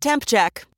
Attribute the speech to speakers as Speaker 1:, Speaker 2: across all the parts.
Speaker 1: Temp check.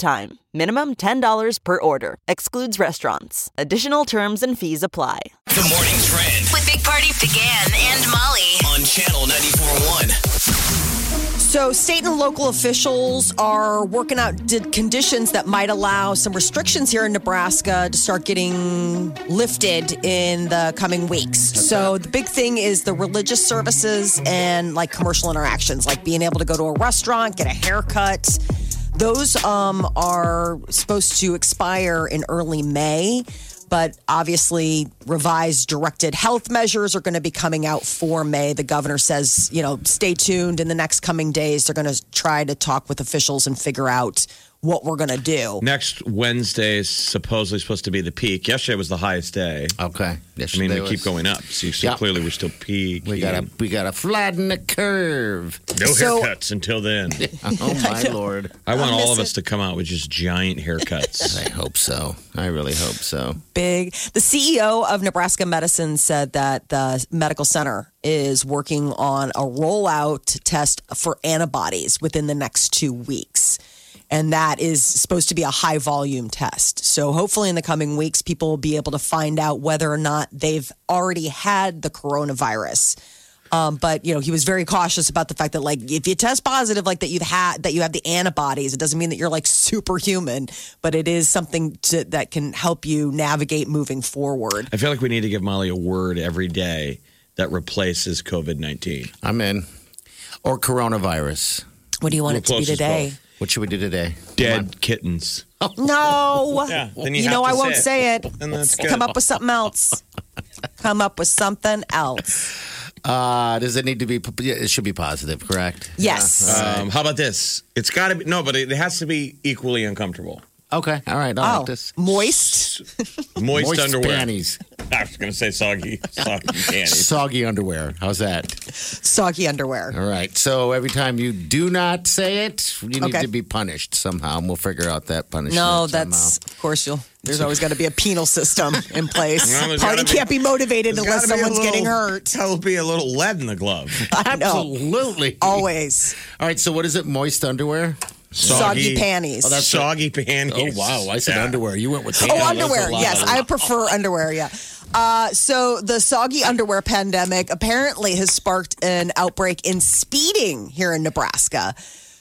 Speaker 1: time. Minimum $10 per order. Excludes restaurants. Additional terms and fees apply.
Speaker 2: The morning trend
Speaker 3: with Big Party began and Molly.
Speaker 2: on channel 94.1.
Speaker 4: So, state and local officials are working out d- conditions that might allow some restrictions here in Nebraska to start getting lifted in the coming weeks. So, the big thing is the religious services and like commercial interactions, like being able to go to a restaurant, get a haircut. Those um, are supposed to expire in early May. But obviously, revised directed health measures are going to be coming out for May. The governor says, you know, stay tuned in the next coming days. They're going to try to talk with officials and figure out what we're going to do.
Speaker 5: Next Wednesday is supposedly supposed to be the peak. Yesterday was the highest day.
Speaker 6: Okay. Yes,
Speaker 5: I mean, we
Speaker 6: there
Speaker 5: keep
Speaker 6: Oh, was-
Speaker 5: going up. So, so
Speaker 6: Yeah.
Speaker 5: clearly we're still peak.
Speaker 6: We gotta we gotta flatten the curve.
Speaker 5: no
Speaker 4: So-
Speaker 5: haircuts until then.
Speaker 6: Oh my lord.
Speaker 5: I want all of us to come out with just giant haircuts.
Speaker 6: I hope so. I really hope so.
Speaker 4: big. The CEO of Nebraska Medicine said that the medical center is working on a rollout test for antibodies within the next two weeks. And that is supposed to be a high volume test. So hopefully, in the coming weeks, people will be able to find out whether or not they've already had the coronavirus. Um, but you know, he was very cautious about the fact that like if you test positive, like that you've had that you have the antibodies, it doesn't mean that you're like superhuman, but it is something to, that can help you navigate moving forward.
Speaker 5: I feel like we need to give Molly a word every day that replaces COVID 19.
Speaker 6: I'm in. Or coronavirus.
Speaker 4: What do you want it to be
Speaker 5: Close as
Speaker 4: today?
Speaker 6: What should we do today?
Speaker 5: Dead kittens.
Speaker 4: No,
Speaker 5: Yeah, then
Speaker 4: you,
Speaker 5: you have
Speaker 4: know
Speaker 5: to
Speaker 4: I won't
Speaker 5: say
Speaker 4: say it.
Speaker 5: And that's good.
Speaker 4: Come up with something else. Come up with something else.
Speaker 6: Uh, does it need to be? yeah, It should be positive, correct?
Speaker 4: Yes.
Speaker 5: Um, how about this? It's got to be, no, but it has to be equally uncomfortable.
Speaker 6: Okay. All right. I
Speaker 4: oh,
Speaker 6: like this.
Speaker 4: moist.
Speaker 5: Moist, underwear.
Speaker 6: panties,
Speaker 5: I was going to say soggy, soggy panties.
Speaker 6: soggy underwear. How's that?
Speaker 4: soggy underwear.
Speaker 6: All right. So every time you do not say it, you need
Speaker 4: Okay.
Speaker 6: to be punished somehow, and we'll figure out that punishment.
Speaker 4: No,
Speaker 6: somehow.
Speaker 4: that's of course you'll. There's always got to be a penal system in place.
Speaker 5: Well, there's
Speaker 4: Party
Speaker 5: gotta be-
Speaker 4: can't be motivated
Speaker 5: There's
Speaker 4: unless
Speaker 5: gotta be a
Speaker 4: someone's getting
Speaker 5: little-
Speaker 4: hurt.
Speaker 5: That'll be a little lead in the glove.
Speaker 4: I know.
Speaker 6: absolutely
Speaker 4: Oh, Always
Speaker 6: All right. So what is it? Moist underwear.
Speaker 4: soggy, panties.
Speaker 5: Oh, That's soggy
Speaker 6: Oh,
Speaker 5: panties. Yeah.
Speaker 6: You went with
Speaker 4: Oh, underwear. Yes, I prefer underwear. Yeah. Uh, so the soggy underwear pandemic apparently has sparked an outbreak in speeding here in Nebraska.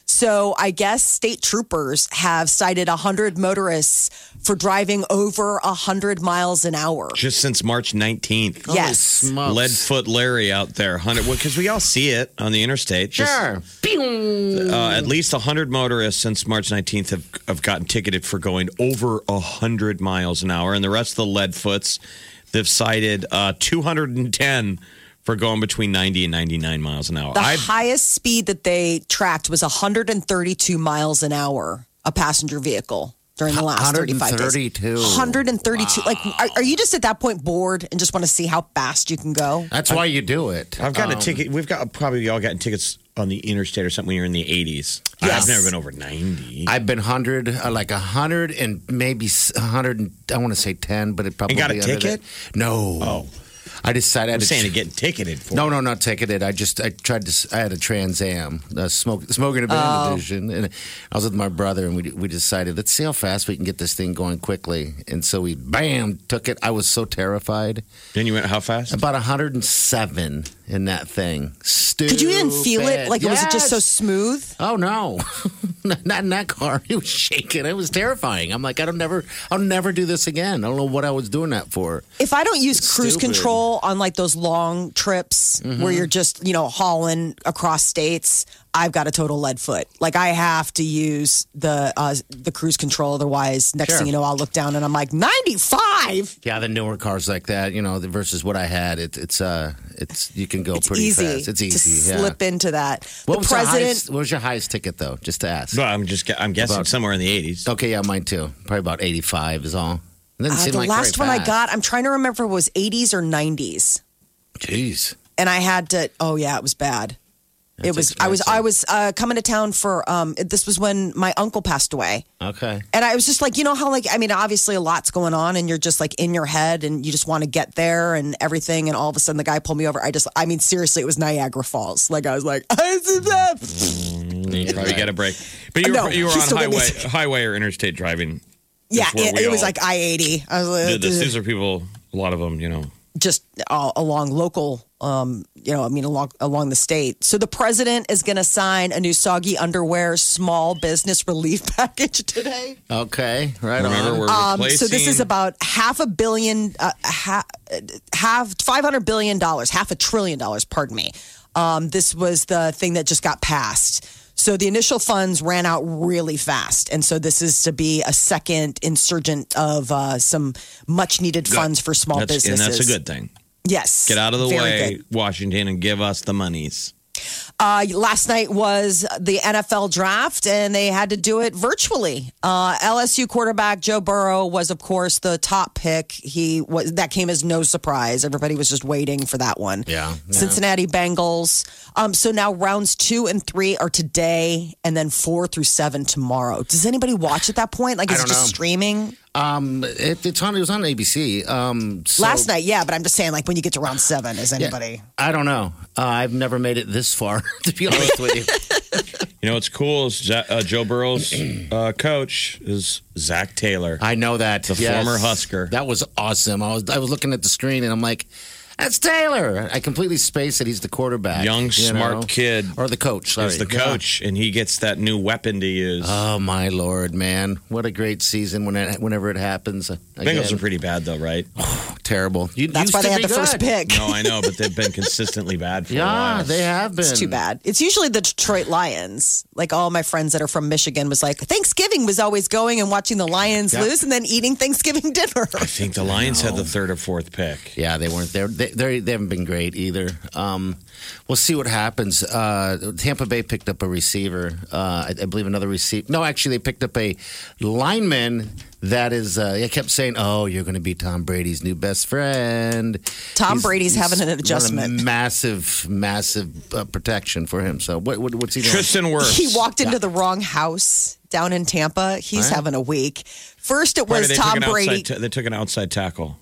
Speaker 4: So I guess state troopers have cited 100 motorists for driving over 100 miles an hour.
Speaker 5: Just since March 19th.
Speaker 4: yes.
Speaker 6: Oh,
Speaker 5: Leadfoot Larry out there, hundred because we all see it on the interstate. Just,
Speaker 6: Sure.
Speaker 5: uh, at least hundred motorists since March nineteenth have, have gotten ticketed for going over hundred miles an hour, and the rest of the Leadfoots, they've cited uh, two hundred and ten for going between ninety and ninety nine miles an hour.
Speaker 4: The
Speaker 5: I've
Speaker 4: highest speed that they tracked was 132 miles an hour, a passenger vehicle during the last 35
Speaker 6: 132.
Speaker 4: days. 132. Like, are, are you just at that point bored and just want to see how fast you can go?
Speaker 6: That's why you do it. Um,
Speaker 5: I've gotten a ticket. We've got probably all gotten tickets on the interstate or something when you're in the eighties.
Speaker 4: Yes.
Speaker 5: I've never been over ninety.
Speaker 6: I've been hundred, uh, like a hundred and maybe s- a hundred. and- I want to say ten, but it probably
Speaker 5: got a
Speaker 6: under
Speaker 5: ticket?
Speaker 6: that. No. Oh. I decided.
Speaker 5: I'm
Speaker 6: to
Speaker 5: saying to get ticketed for. it.
Speaker 6: No, no, not ticketed. I just I tried to. I had a Trans Am, a smoke
Speaker 5: Oh.
Speaker 6: smoking event edition, and I was with my brother, and we we decided let's see how fast we can get this thing going quickly, and so we bam took it. I was so terrified.
Speaker 5: Then you went how fast?
Speaker 6: About 107 in that thing. Stupid.
Speaker 4: Could you even feel it? Like, was it just so
Speaker 6: Yes.
Speaker 4: smooth?
Speaker 6: Oh no, not in that car. It was shaking. It was terrifying. I'm like, I don't never, I'll never do this again. I don't know what I was doing that for.
Speaker 4: If I don't use cruise
Speaker 6: stupid. Mm-hmm.
Speaker 4: control on like those long trips where you're just, you know, hauling across states, I've got a total lead foot. Like I have to use the uh, the cruise control, otherwise, next
Speaker 6: Sure.
Speaker 4: thing you know, I'll look down and I'm like ninety five.
Speaker 6: Yeah, the newer cars like that, you know, the- versus what I had, it, it's uh, it's you can go
Speaker 4: It's
Speaker 6: pretty
Speaker 4: easy.
Speaker 6: fast. It's easy.
Speaker 4: to
Speaker 6: yeah.
Speaker 4: slip into that.
Speaker 6: What
Speaker 4: the
Speaker 6: was The
Speaker 4: president.
Speaker 6: highest, what was your highest ticket though? Just to ask.
Speaker 5: Well, I'm just gu- I'm guessing
Speaker 6: About-
Speaker 5: somewhere in the 80s.
Speaker 6: Okay, yeah, mine too. Probably about eighty-five is all. It doesn't
Speaker 4: uh,
Speaker 6: seem
Speaker 4: the
Speaker 6: like very
Speaker 4: last one I
Speaker 6: fast.
Speaker 4: got, I'm trying to remember, if it was 80s or 90s,
Speaker 6: Jeez.
Speaker 4: and I had to. Oh yeah, it was bad. it
Speaker 6: That's
Speaker 4: was. I was. I
Speaker 6: expensive.
Speaker 4: was uh, coming to town for. Um, this was when my uncle passed away.
Speaker 6: Okay.
Speaker 4: And I was just like, you know how like I mean, obviously a lot's going on, and you're just like in your head, and you just want to get there and everything. And all of a sudden, the guy pulled me over. I just, I mean, seriously, it was Niagara Falls. Like I was like,
Speaker 5: You probably get a break. But you were,
Speaker 4: No,
Speaker 5: you were
Speaker 4: she's
Speaker 5: on
Speaker 4: still with
Speaker 5: highway
Speaker 4: me.
Speaker 5: highway or interstate driving.
Speaker 4: yeah,
Speaker 5: That's where
Speaker 4: it,
Speaker 5: we
Speaker 4: it was
Speaker 5: all
Speaker 4: like I eighty. I was
Speaker 5: did
Speaker 4: like,
Speaker 5: this. These are people, a lot of them, you know.
Speaker 4: just all along local, um, you know, I mean, along along the state. So the president is going to sign a new soggy underwear small business relief package today.
Speaker 6: Okay. Right
Speaker 5: Remember,
Speaker 6: on.
Speaker 5: we're
Speaker 4: Um,
Speaker 5: replacing.
Speaker 4: so this is about half a billion, uh, half, half five hundred billion dollars, half a trillion dollars. Pardon me. Um, this was the thing that just got passed. So the initial funds ran out really fast, and so this is to be a second insurgent of uh, some much-needed funds for small
Speaker 5: that's, and
Speaker 4: businesses.
Speaker 5: that's a good thing.
Speaker 4: Yes.
Speaker 5: Get out of the
Speaker 4: Very
Speaker 5: way,
Speaker 4: good.
Speaker 5: Washington, and give us the monies.
Speaker 4: Uh, last night was the NFL draft, and they had to do it virtually. Uh, LSU quarterback Joe Burrow was, of course, the top pick. He was that came as no surprise. Everybody was just waiting for that one.
Speaker 6: Yeah, yeah.
Speaker 4: Cincinnati Bengals. Um, so now rounds two and three are today, and then four through seven tomorrow. Does anybody watch at that point? Like,
Speaker 6: I
Speaker 4: is it
Speaker 6: don't
Speaker 4: just
Speaker 6: know.
Speaker 4: streaming?
Speaker 6: Um, it, it's on. It was on ABC. Um, so-
Speaker 4: last night, yeah, but I'm just saying, like, when you get to round seven, is
Speaker 6: Yeah.
Speaker 4: anybody?
Speaker 6: I don't know. Uh, I've never made it this far, to be honest with you.
Speaker 5: You know what's cool is Ja- uh, Joe Burrow's uh, coach is Zach Taylor.
Speaker 6: I know that the
Speaker 5: former Husker.
Speaker 6: That was awesome. I was I was looking at the screen and I'm like, that's Taylor. I completely spaced that he's the quarterback,
Speaker 5: Young, smart kid.
Speaker 6: or the coach.
Speaker 4: Oh,
Speaker 6: Sorry,
Speaker 5: He's the
Speaker 6: Yeah.
Speaker 5: coach, and he gets that new weapon to use.
Speaker 6: Oh my lord, man! What a great season when it, whenever it happens.
Speaker 5: Bengals
Speaker 6: Again,
Speaker 5: are pretty bad, though, right?
Speaker 6: terrible. You,
Speaker 4: That's
Speaker 6: used
Speaker 4: why
Speaker 6: to
Speaker 4: they had
Speaker 6: be
Speaker 4: the
Speaker 6: good.
Speaker 4: first pick.
Speaker 5: No, I know, but they've been consistently bad for a
Speaker 6: Yeah,
Speaker 5: while.
Speaker 6: they have been.
Speaker 4: It's too bad. It's usually the Detroit Lions. Like all my friends that are from Michigan was like, Thanksgiving was always going and watching the Lions
Speaker 6: Yeah.
Speaker 4: lose and then eating Thanksgiving dinner.
Speaker 5: I think the Lions had the third or fourth pick.
Speaker 6: Yeah, they weren't there. They, they, they haven't been great either. Um, we'll see what happens. Uh, Tampa Bay picked up a receiver. Uh, I, I believe another receiver. No, actually, they picked up a lineman that is. Uh, I kept saying, "Oh, you're going to be Tom Brady's new best friend."
Speaker 4: Tom Brady's having an adjustment.
Speaker 6: on a Massive, massive uh, protection for him. So, what, what, what's he doing?
Speaker 5: Tristan Wirfs.
Speaker 4: He walked into the wrong house down in Tampa. He's having a week. First, it
Speaker 5: Why
Speaker 4: was
Speaker 5: did they
Speaker 4: Tom
Speaker 5: took an
Speaker 4: Brady.
Speaker 5: outside ta- they took an outside tackle.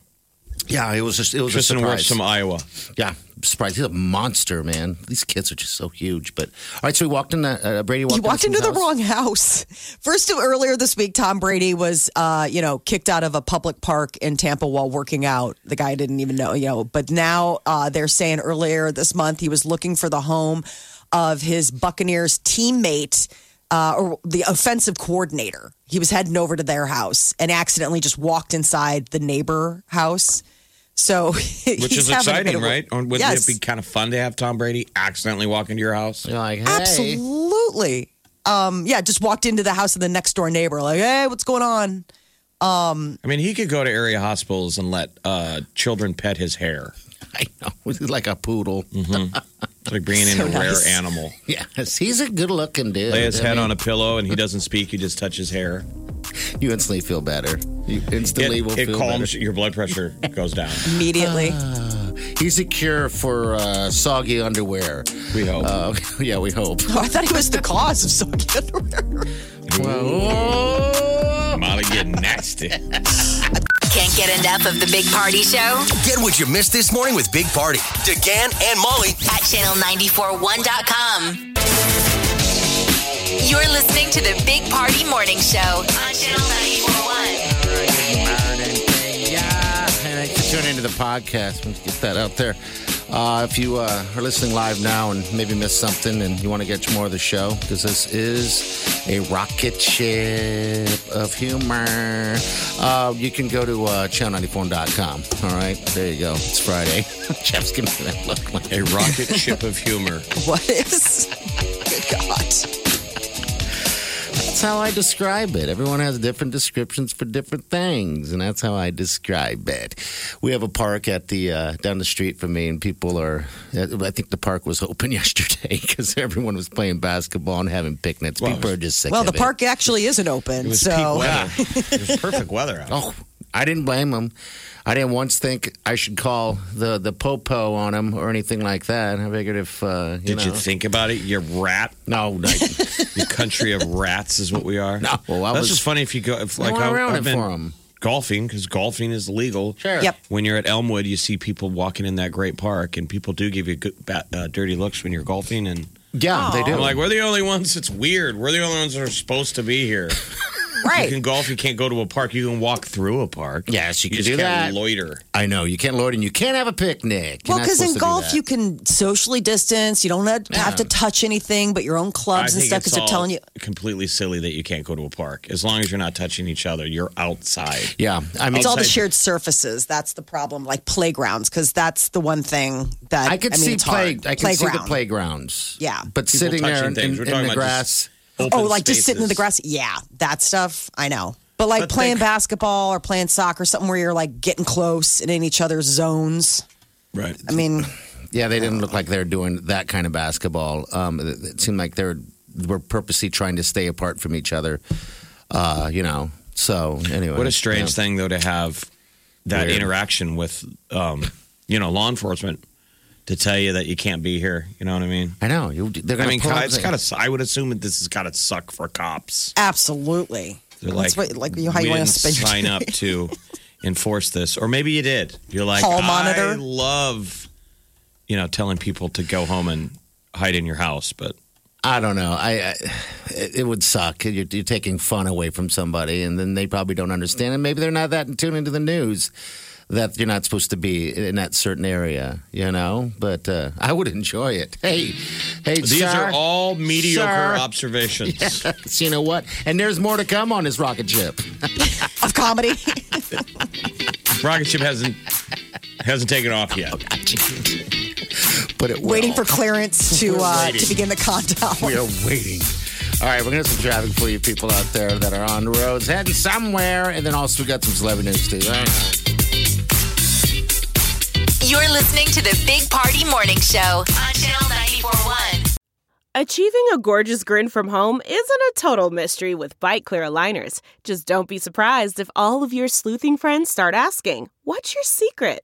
Speaker 6: yeah, it was just it was
Speaker 5: Tristan
Speaker 6: a surprise.
Speaker 5: Wirfs from Iowa.
Speaker 6: Yeah, surprise. He's a monster, man. These kids are just so huge. But all right, so we walked in. Uh, Brady walked.
Speaker 4: He walked into the
Speaker 6: someone's house.
Speaker 4: wrong house. First, earlier this week, Tom Brady was, uh, you know, kicked out of a public park in Tampa while working out. The guy didn't even know, you know. But now uh, they're saying earlier this month he was looking for the home of his Buccaneers teammate uh, or the offensive coordinator. He was heading over to their house and accidentally just walked inside the neighbor house. So,
Speaker 5: Which is exciting, right? Or Wouldn't
Speaker 4: yes.
Speaker 5: it be kind of fun to have Tom Brady accidentally walk into your house?
Speaker 6: You're like, hey.
Speaker 4: Absolutely. Um, yeah, just walked into the house of the next door neighbor, like, hey, what's going on?
Speaker 5: I mean, he could go to area hospitals and let uh, children pet his hair.
Speaker 6: I know. He's like a poodle.
Speaker 5: Mm-hmm. It's like bringing in
Speaker 4: So
Speaker 5: a
Speaker 4: nice.
Speaker 5: rare animal.
Speaker 6: Yes, he's a good looking dude.
Speaker 5: Lay his
Speaker 6: I
Speaker 5: head
Speaker 6: mean,
Speaker 5: on a pillow and he doesn't speak. You just touch his hair.
Speaker 6: You instantly feel better. You
Speaker 5: It,
Speaker 6: instantly will
Speaker 5: it
Speaker 6: feel
Speaker 5: calms your blood pressure goes down.
Speaker 4: Immediately.
Speaker 6: Uh. better. He's a cure for uh, soggy underwear.
Speaker 5: We hope.
Speaker 6: Uh, yeah, we hope.
Speaker 4: Oh, I thought he was the cause of soggy underwear.
Speaker 5: Molly getting nasty.
Speaker 3: Can't get enough of the Big Party Show
Speaker 2: Get what you missed this morning with Big Party. DeGan and Molly
Speaker 3: at channel941.com. You're listening to the Big Party Morning Show on Channel 941.
Speaker 6: Yeah, and I should tune into the podcast. Let's get that out there. Uh, if you uh, are listening live now and maybe missed something and you want to get more of the show, because this is a rocket ship of humor, uh, you can go to uh, channel94.com. All right, there you go. It's Friday. Jeff's giving me that look. Like,
Speaker 5: A rocket ship of humor.
Speaker 4: What is? God.
Speaker 6: That's how I describe it. Everyone has different descriptions for different things, and that's how I describe it. We have a park at the uh, down the street from me, and people are. I think the park was open yesterday because everyone was playing basketball and having picnics. people are just sick.
Speaker 4: Well,
Speaker 6: of
Speaker 4: the
Speaker 6: it.
Speaker 4: park actually isn't open.
Speaker 5: was peak
Speaker 4: So uh,
Speaker 5: weather. it was perfect weather. Out.
Speaker 6: Oh, I didn't blame him. I didn't once think I should call the the popo on him or anything like that. I figured if uh, you
Speaker 5: Did
Speaker 6: know,
Speaker 5: you think about it? You rat.
Speaker 6: no, I,
Speaker 5: The country of rats is what we are.
Speaker 6: No, I
Speaker 5: that's
Speaker 6: was-
Speaker 5: just funny if you go. If, like
Speaker 6: went
Speaker 5: I,
Speaker 6: around
Speaker 5: I've
Speaker 6: it
Speaker 5: been
Speaker 6: for 'em.
Speaker 5: golfing because golfing is legal.
Speaker 6: Sure.
Speaker 4: Yep.
Speaker 5: When you're at Elmwood, you see people walking in that great park, and people do give you good, ba uh, dirty looks when you're golfing. And
Speaker 6: yeah, they do.
Speaker 5: I'm like, we're the only ones. It's weird. We're the only ones that are supposed to be here. You can
Speaker 4: right.
Speaker 5: golf. You can't go to a park. You can walk through a park.
Speaker 6: Yes, you can
Speaker 5: just
Speaker 6: do
Speaker 5: can't
Speaker 6: that.
Speaker 5: Loiter.
Speaker 6: I know you can't load and you can't have a picnic. You're
Speaker 4: Well,
Speaker 6: not
Speaker 4: because
Speaker 6: supposed to do
Speaker 4: in golf
Speaker 6: that.
Speaker 4: you can socially distance. You don't have have to touch anything but your own clubs and
Speaker 5: think
Speaker 4: stuff. Because
Speaker 5: it's
Speaker 4: they're
Speaker 5: all
Speaker 4: telling you
Speaker 5: completely silly that you can't go to a park. As long as you're not touching each other, you're outside.
Speaker 6: yeah, I mean,
Speaker 4: It's all the
Speaker 5: Outside-
Speaker 4: shared surfaces. That's the problem, like playgrounds, because that's the one thing that
Speaker 6: I could
Speaker 4: mean,
Speaker 6: see
Speaker 4: it's
Speaker 6: play.
Speaker 4: hard.
Speaker 6: I could see the playgrounds.
Speaker 4: Yeah.
Speaker 6: but
Speaker 5: People
Speaker 6: sitting there
Speaker 5: touching
Speaker 6: in,
Speaker 5: things. We're
Speaker 6: in
Speaker 5: talking
Speaker 6: the
Speaker 5: about
Speaker 6: grass.
Speaker 5: just
Speaker 4: Oh,
Speaker 5: open
Speaker 4: like just sitting in the
Speaker 5: spaces.
Speaker 4: grass. Yeah, that stuff. I know. But like
Speaker 5: But
Speaker 4: playing
Speaker 5: they-
Speaker 4: basketball or playing soccer, something where you're like getting close and in each other's zones.
Speaker 5: Right.
Speaker 4: I mean,
Speaker 6: Yeah, they didn't look like they were doing that kind of basketball. Um, it, it seemed like they were, were purposely trying to stay apart from each other. Uh, you know. So anyway,
Speaker 5: What a strange
Speaker 6: yeah.
Speaker 5: thing, though, to have that
Speaker 6: Weird.
Speaker 5: interaction with, um, you know, law enforcement to tell you that you can't be here. You know what I mean?
Speaker 6: I know. You, they're
Speaker 5: I
Speaker 6: gonna
Speaker 5: mean,
Speaker 6: pull out
Speaker 5: it's
Speaker 6: the-
Speaker 5: got to. I would assume that this has got to suck for cops.
Speaker 4: absolutely.
Speaker 5: They're
Speaker 4: That's
Speaker 5: like,
Speaker 4: what, like you, how
Speaker 5: we
Speaker 4: you want to
Speaker 5: didn't
Speaker 4: spend your
Speaker 5: sign up to enforce this, or maybe you did. You're like,
Speaker 4: Hall
Speaker 5: I
Speaker 4: monitor?
Speaker 5: love, you know, telling people to go home and hide in your house, but
Speaker 6: I don't know. I, I it it would suck. You're, you're taking fun away from somebody, and then they probably don't understand, and maybe they're not that in tune into the news that you're not supposed to be in that certain area, you know. But uh, I would enjoy it. Hey, hey,
Speaker 5: these are all mediocre
Speaker 6: Sir.
Speaker 5: observations.
Speaker 6: You know what? And there's more to come on this rocket ship.
Speaker 4: of comedy.
Speaker 5: Rocket ship hasn't hasn't taken off yet.
Speaker 6: But it will.
Speaker 4: Waiting for clearance to uh,
Speaker 6: waiting.
Speaker 4: to begin the countdown.
Speaker 6: We are waiting. All right, we're gonna have some traffic for you people out there that are on the roads heading somewhere, and then also we got some celebrity news too. All right.
Speaker 3: You're listening to the Big Party Morning Show on Channel 941.
Speaker 7: Achieving a gorgeous grin from home isn't a total mystery with bite clear aligners. Just don't be surprised if all of your sleuthing friends start asking, What's your secret?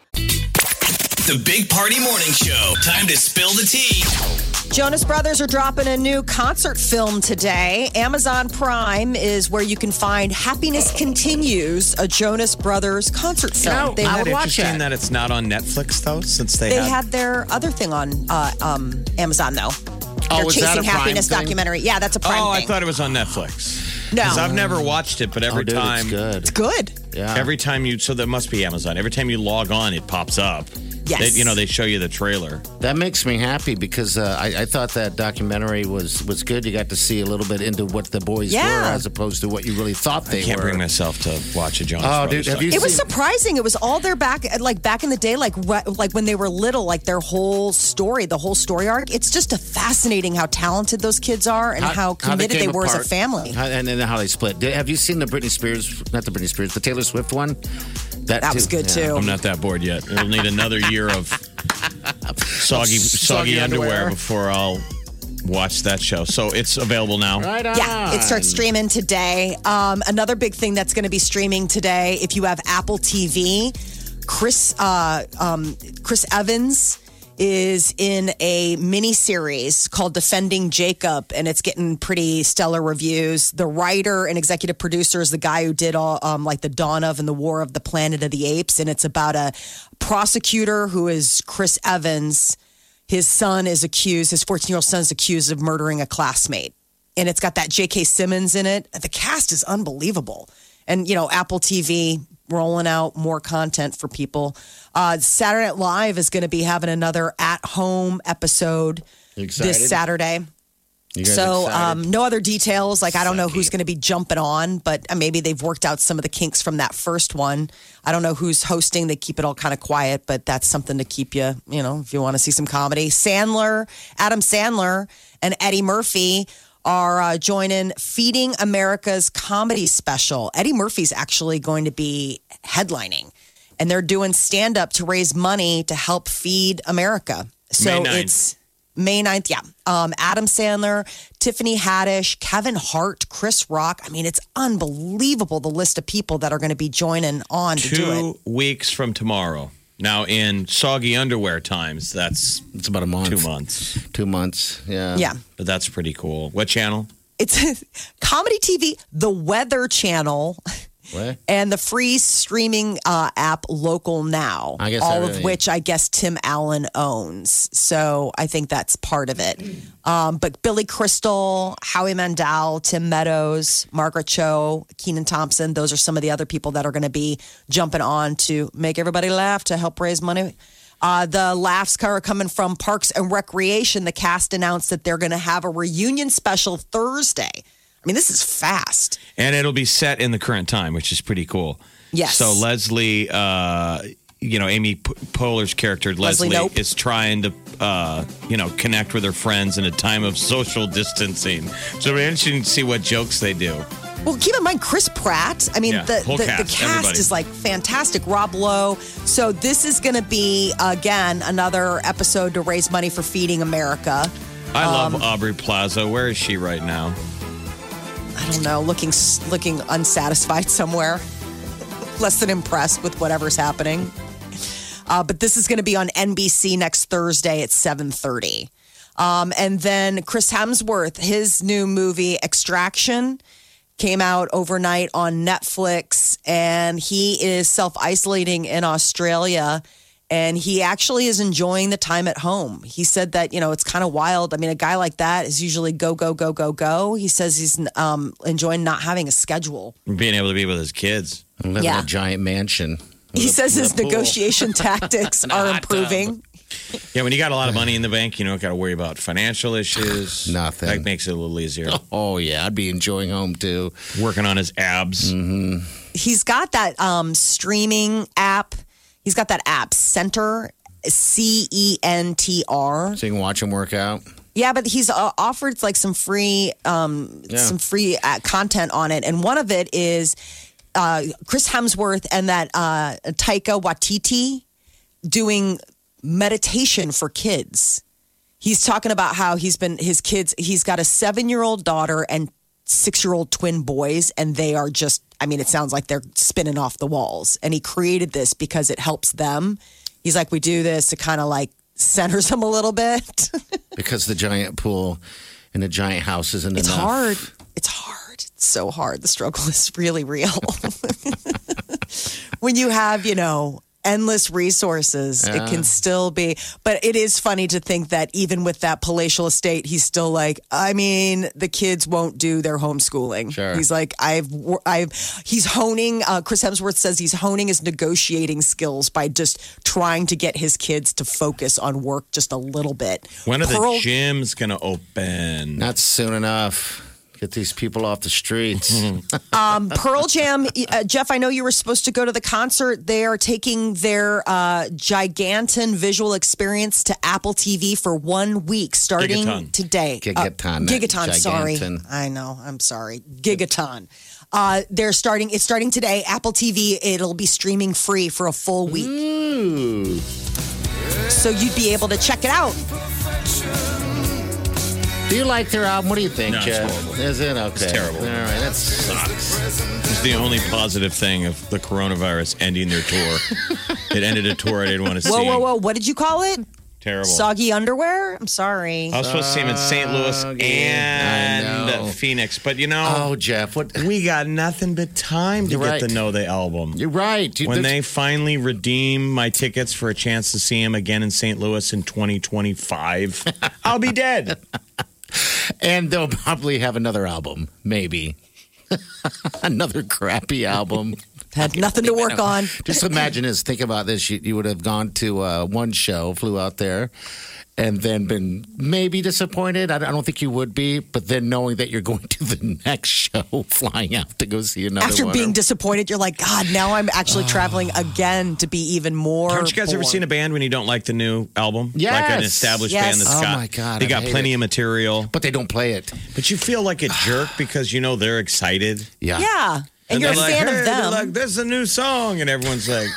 Speaker 2: The Big Party Morning Show. Time to spill the tea.
Speaker 4: Jonas Brothers are dropping a new concert film today. Amazon Prime is where you can find Happiness Continues, a Jonas Brothers concert film.
Speaker 6: know,
Speaker 4: they
Speaker 6: I
Speaker 5: Isn't
Speaker 6: would
Speaker 5: that
Speaker 6: watch
Speaker 5: interesting
Speaker 6: it.
Speaker 5: that it's not on Netflix though, since they,
Speaker 4: they
Speaker 5: had,
Speaker 4: had their other thing on uh, um, Amazon though. Their
Speaker 6: Oh, is that
Speaker 4: Chasing
Speaker 6: a Prime
Speaker 4: Happiness
Speaker 6: thing?
Speaker 4: documentary. Yeah, that's a Prime
Speaker 5: Oh, I
Speaker 4: thing.
Speaker 5: thought it was on Netflix.
Speaker 4: No.
Speaker 5: 'Cause I've never watched it, but every
Speaker 6: Oh, dude,
Speaker 5: time,
Speaker 6: it's good.
Speaker 4: Good.
Speaker 6: Yeah.
Speaker 5: every time you, so that must be Amazon. Every time you log on, it pops up.
Speaker 4: Yes.
Speaker 5: They, you know, they show you the trailer.
Speaker 6: That makes me happy because uh, I, I thought that documentary was was good. You got to see a little bit into what the boys
Speaker 4: Yeah.
Speaker 6: were as opposed to what you really thought they
Speaker 5: Can't
Speaker 6: were.
Speaker 5: bring myself to watch a Jonas
Speaker 6: Oh,
Speaker 5: Brothers
Speaker 6: dude, have you
Speaker 5: doc.
Speaker 4: It was
Speaker 6: seen-
Speaker 4: surprising. It was all their back, like back in the day, like re- like when they were little, like their whole story, the whole story arc. It's just a fascinating how talented those kids are and how, committed they,
Speaker 6: came
Speaker 4: were as
Speaker 6: apart.
Speaker 4: a family.
Speaker 6: How- and then how they split. Did- have you seen the Britney Spears? Not the Britney Spears, the Taylor Swift one.
Speaker 4: That was good
Speaker 6: yeah.
Speaker 4: too.
Speaker 5: I'm not that bored yet. It'll need another year of soggy, soggy,
Speaker 6: Soggy
Speaker 5: underwear
Speaker 6: underwear.
Speaker 5: before I'll watch that show. So it's available now.
Speaker 6: Right on.
Speaker 4: Yeah, it starts streaming today. Um, another big thing that's going to be streaming today, if you have Apple TV, Chris uh, um, Chris Evans is in a mini series called Defending Jacob, and it's getting pretty stellar reviews. The writer and executive producer is the guy who did all um, like the Dawn of and the War of the Planet of the Apes, and it's about a prosecutor who is Chris Evans. His son is accused, his 14 year old son is accused of murdering a classmate and it's got that J.K. Simmons in it. The cast is unbelievable. And, you know, Apple TV rolling out more content for people. Uh, Saturday Night Live is going to be having another at home episode
Speaker 6: Excited?
Speaker 4: this Saturday.
Speaker 6: You guys
Speaker 4: So,
Speaker 6: excited?
Speaker 4: um, no other details. Like, I don't know who's going to be jumping on, but uh, maybe they've worked out some of the kinks from that first one. I don't know who's hosting. They keep it all kind of quiet, but that's something to keep you, you know, if you want to see some comedy. Sandler, Adam Sandler, and Eddie Murphy are uh, joining Feeding America's comedy special. Eddie Murphy's actually going to be headlining, and they're doing stand up to raise money to help feed America. So,
Speaker 5: May 9th.
Speaker 4: it's. May 9th, yeah. Um, Adam Sandler, Tiffany Haddish, Kevin Hart, Chris Rock. I mean, it's unbelievable the list of people that are going to be joining on to do it.
Speaker 5: Two weeks from tomorrow. Now in soggy underwear times, that's
Speaker 6: it's about a month.
Speaker 5: two months.
Speaker 6: Two months. Yeah.
Speaker 4: Yeah.
Speaker 5: But that's pretty cool. What channel?
Speaker 4: It's comedy TV, the Weather Channel,
Speaker 6: What?
Speaker 4: and the free streaming uh, app Local Now,
Speaker 6: I guess I
Speaker 4: all
Speaker 6: really-
Speaker 4: of which I guess Tim Allen owns. So I think that's part of it. Um, but Billy Crystal, Howie Mandel, Tim Meadows, Margaret Cho, Keenan Thompson, those are some of the other people that are going to be jumping on to make everybody laugh to help raise money. Uh, the laughs are coming from Parks and Recreation. The cast announced that they're going to have a reunion special Thursday. I mean, this is fast.
Speaker 5: And it'll be set in the current time, which is pretty cool.
Speaker 4: Yes.
Speaker 5: So Leslie, uh, you know, Amy P- Poehler's character, Leslie,
Speaker 4: Leslie Knope.
Speaker 5: is trying to, uh, you know, connect with her friends in a time of social distancing. So we're interested to see what jokes they do.
Speaker 4: Well, keep in mind Chris Pratt. I mean,
Speaker 5: Yeah,
Speaker 4: the,
Speaker 5: whole
Speaker 4: the, the
Speaker 5: cast,
Speaker 4: cast
Speaker 5: everybody.
Speaker 4: is like fantastic. Rob Lowe. So this is going to be again another episode to raise money for Feeding America.
Speaker 5: I
Speaker 4: Um,
Speaker 5: love Aubrey Plaza. Where is she right now?
Speaker 4: I don't know, looking s- looking unsatisfied somewhere, less than impressed with whatever's happening. Uh, but this is going to be on NBC next Thursday at seven thirty. Um, and then Chris Hemsworth, his new movie Extraction came out overnight on Netflix, and he is self isolating in Australia. And he actually is enjoying the time at home. He said that, you know, it's kind of wild. I mean, a guy like that is usually go, go, go, go, go. He says he's um, enjoying not having a schedule.
Speaker 5: Being able to be with his kids.
Speaker 6: I'm living
Speaker 4: Yeah.
Speaker 6: in a giant mansion.
Speaker 4: He says his
Speaker 6: pool.
Speaker 4: negotiation tactics are improving.
Speaker 5: Yeah, when you got a lot of money in the bank, you don't got to worry about financial issues.
Speaker 6: Nothing.
Speaker 5: That makes it a little easier.
Speaker 6: Oh yeah, I'd be enjoying home too.
Speaker 5: Working on his abs.
Speaker 4: he's got that um, streaming app. He's got that app, Center, C E N T R.
Speaker 6: So you can watch him work out.
Speaker 4: Yeah, but he's uh, offered like some free, um,
Speaker 6: Yeah.
Speaker 4: some free uh, content on it, and one of it is uh, Chris Hemsworth and that uh, Taika Waititi doing meditation for kids. He's talking about how he's been his kids. He's got a seven-year-old daughter and six-year-old twin boys, and they are just. I mean, it sounds like they're spinning off the walls. And he created this because it helps them. He's like, we do this to kind of like centers them a little bit.
Speaker 6: because the giant pool and the giant house isn't
Speaker 4: It's
Speaker 6: enough.
Speaker 4: hard. It's hard. It's so hard. The struggle is really real. when you have, you know, endless resources, it can still be. But it is funny to think that even with that palatial estate, he's still like, I mean, the kids won't do their homeschooling.
Speaker 6: Sure.
Speaker 4: He's like, I've, I've, he's honing. Uh, Chris Hemsworth says he's honing his negotiating skills by just trying to get his kids to focus on work just a little bit.
Speaker 5: When are
Speaker 4: Pearl-
Speaker 5: the gyms going to open?
Speaker 6: Not soon enough. Get these people off the streets.
Speaker 5: Mm-hmm.
Speaker 4: Pearl Jam, uh, Jeff, I know you were supposed to go to the concert. They are taking their uh, Giganton visual experience to Apple TV for one week starting
Speaker 5: Gigaton.
Speaker 4: today.
Speaker 6: Gigaton,
Speaker 4: Uh,
Speaker 6: not
Speaker 4: Gigaton, sorry.
Speaker 6: Giganton.
Speaker 4: I know, I'm sorry. Gigaton. Uh, they're starting, it's starting today. Apple TV, it'll be streaming free for a full week. So you'd be able to check it out.
Speaker 6: do you like their album? What do you think,
Speaker 5: No, it's
Speaker 6: Jeff?
Speaker 5: horrible.
Speaker 6: Is it okay?
Speaker 5: It's terrible.
Speaker 6: All right, that sucks.
Speaker 5: It's the only positive thing of the coronavirus ending their tour. it ended a tour I didn't want to
Speaker 4: Whoa,
Speaker 5: see.
Speaker 4: whoa, whoa. What did you call it?
Speaker 5: Terrible.
Speaker 4: Soggy underwear? I'm sorry.
Speaker 5: I was supposed to see him in St. Louis
Speaker 6: I know.
Speaker 5: and Phoenix, but you know,
Speaker 6: Oh, Jeff, what?
Speaker 5: we got nothing but time to
Speaker 6: You're
Speaker 5: get
Speaker 6: right.
Speaker 5: to know the album.
Speaker 6: You're right. You-
Speaker 5: when
Speaker 6: there's-
Speaker 5: they finally redeem my tickets for a chance to see him again in St. Louis in 2025, I'll be dead.
Speaker 6: and they'll probably have another album, maybe. another crappy album.
Speaker 4: Had nothing to work on.
Speaker 6: Just imagine this. Think about this. You, you would have gone to uh, one show, flew out there, and then been maybe disappointed. I, I don't think you would be, but then knowing that you're going to the next show, flying out to go see another
Speaker 4: After
Speaker 6: one.
Speaker 4: being disappointed, you're like, God, now I'm actually traveling again to be even more.
Speaker 5: Haven't you guys ever
Speaker 4: bored."
Speaker 5: seen a band when you don't like the new album? Like an
Speaker 6: Yes.
Speaker 5: established
Speaker 4: Yes.
Speaker 5: band that's
Speaker 6: Oh
Speaker 5: got
Speaker 6: my God,
Speaker 5: they
Speaker 6: I
Speaker 5: got
Speaker 6: hate
Speaker 5: plenty
Speaker 6: it.
Speaker 5: of material,
Speaker 6: but they don't play it.
Speaker 5: but you feel like a jerk because you know they're excited.
Speaker 6: Yeah.
Speaker 4: Yeah. And, you're a
Speaker 5: they're like,
Speaker 4: fan
Speaker 5: "Hey,"
Speaker 4: of
Speaker 5: they're
Speaker 4: them.
Speaker 5: Like, this is a new song, and everyone's like,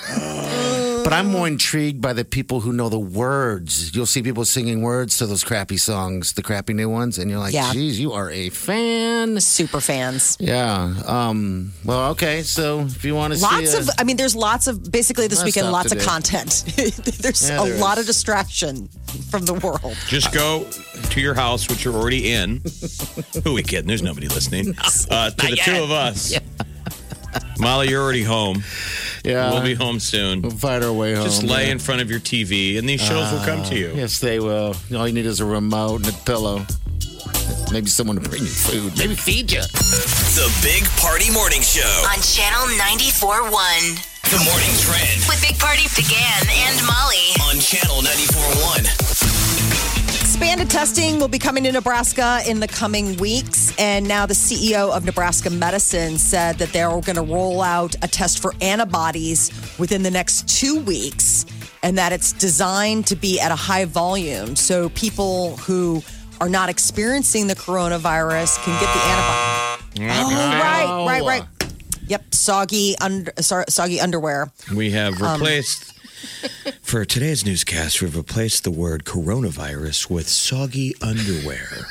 Speaker 6: But I'm more intrigued by the people who know the words. You'll see people singing words to those crappy songs, the crappy new ones, and you're like,
Speaker 4: Yeah.
Speaker 6: "Geez, you are a fan."
Speaker 4: Super fans.
Speaker 6: Yeah. Um, well, okay. So if you want to see
Speaker 4: Lots
Speaker 6: a-
Speaker 4: of, I mean, there's lots of, basically this
Speaker 6: Lots
Speaker 4: weekend,
Speaker 6: stuff
Speaker 4: lots
Speaker 6: to
Speaker 4: of
Speaker 6: do.
Speaker 4: content. there's
Speaker 6: Yeah,
Speaker 4: a
Speaker 6: there
Speaker 4: lot
Speaker 6: is.
Speaker 4: of distraction from the world.
Speaker 5: Just go to your house, which you're already in. Who are we kidding? There's nobody listening. Uh, to the two of us. Molly, you're already home.
Speaker 6: yeah,
Speaker 5: Uh, we'll be home soon.
Speaker 6: we'll fight our way home.
Speaker 5: Just lay in front of your TV, and these shows will come to you.
Speaker 6: Yeah. Yes, they will. All you need is a remote and a pillow. Maybe someone to bring you food. Maybe feed you.
Speaker 2: The Big Party Morning Show.
Speaker 3: On Channel 94.1
Speaker 2: The Morning Trend
Speaker 3: with Big Party began and Molly.
Speaker 2: on Channel 94.1.
Speaker 4: Expanded testing will be coming to Nebraska in the coming weeks. And now the CEO of Nebraska Medicine said that they're going to roll out a test for antibodies within the next two weeks and that it's designed to be at a high volume. So people who are not experiencing the coronavirus can get the antibody. Oh, right, right, right. Yep, soggy, under, sorry, soggy underwear.
Speaker 5: We have replaced, for today's newscast, we've replaced the word coronavirus with soggy underwear.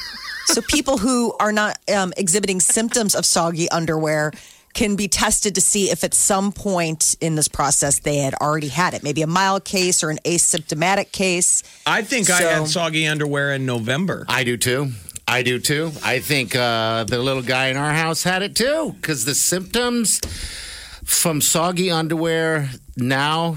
Speaker 4: So people who are not um, exhibiting symptoms of soggy underwear can be tested to see if at some point in this process they had already had it, maybe a mild case or an asymptomatic case.
Speaker 5: I think I
Speaker 4: So-
Speaker 5: had soggy underwear in November.
Speaker 6: I do too. I do too. I think uh, the little guy in our house had it too because the symptoms from soggy underwear now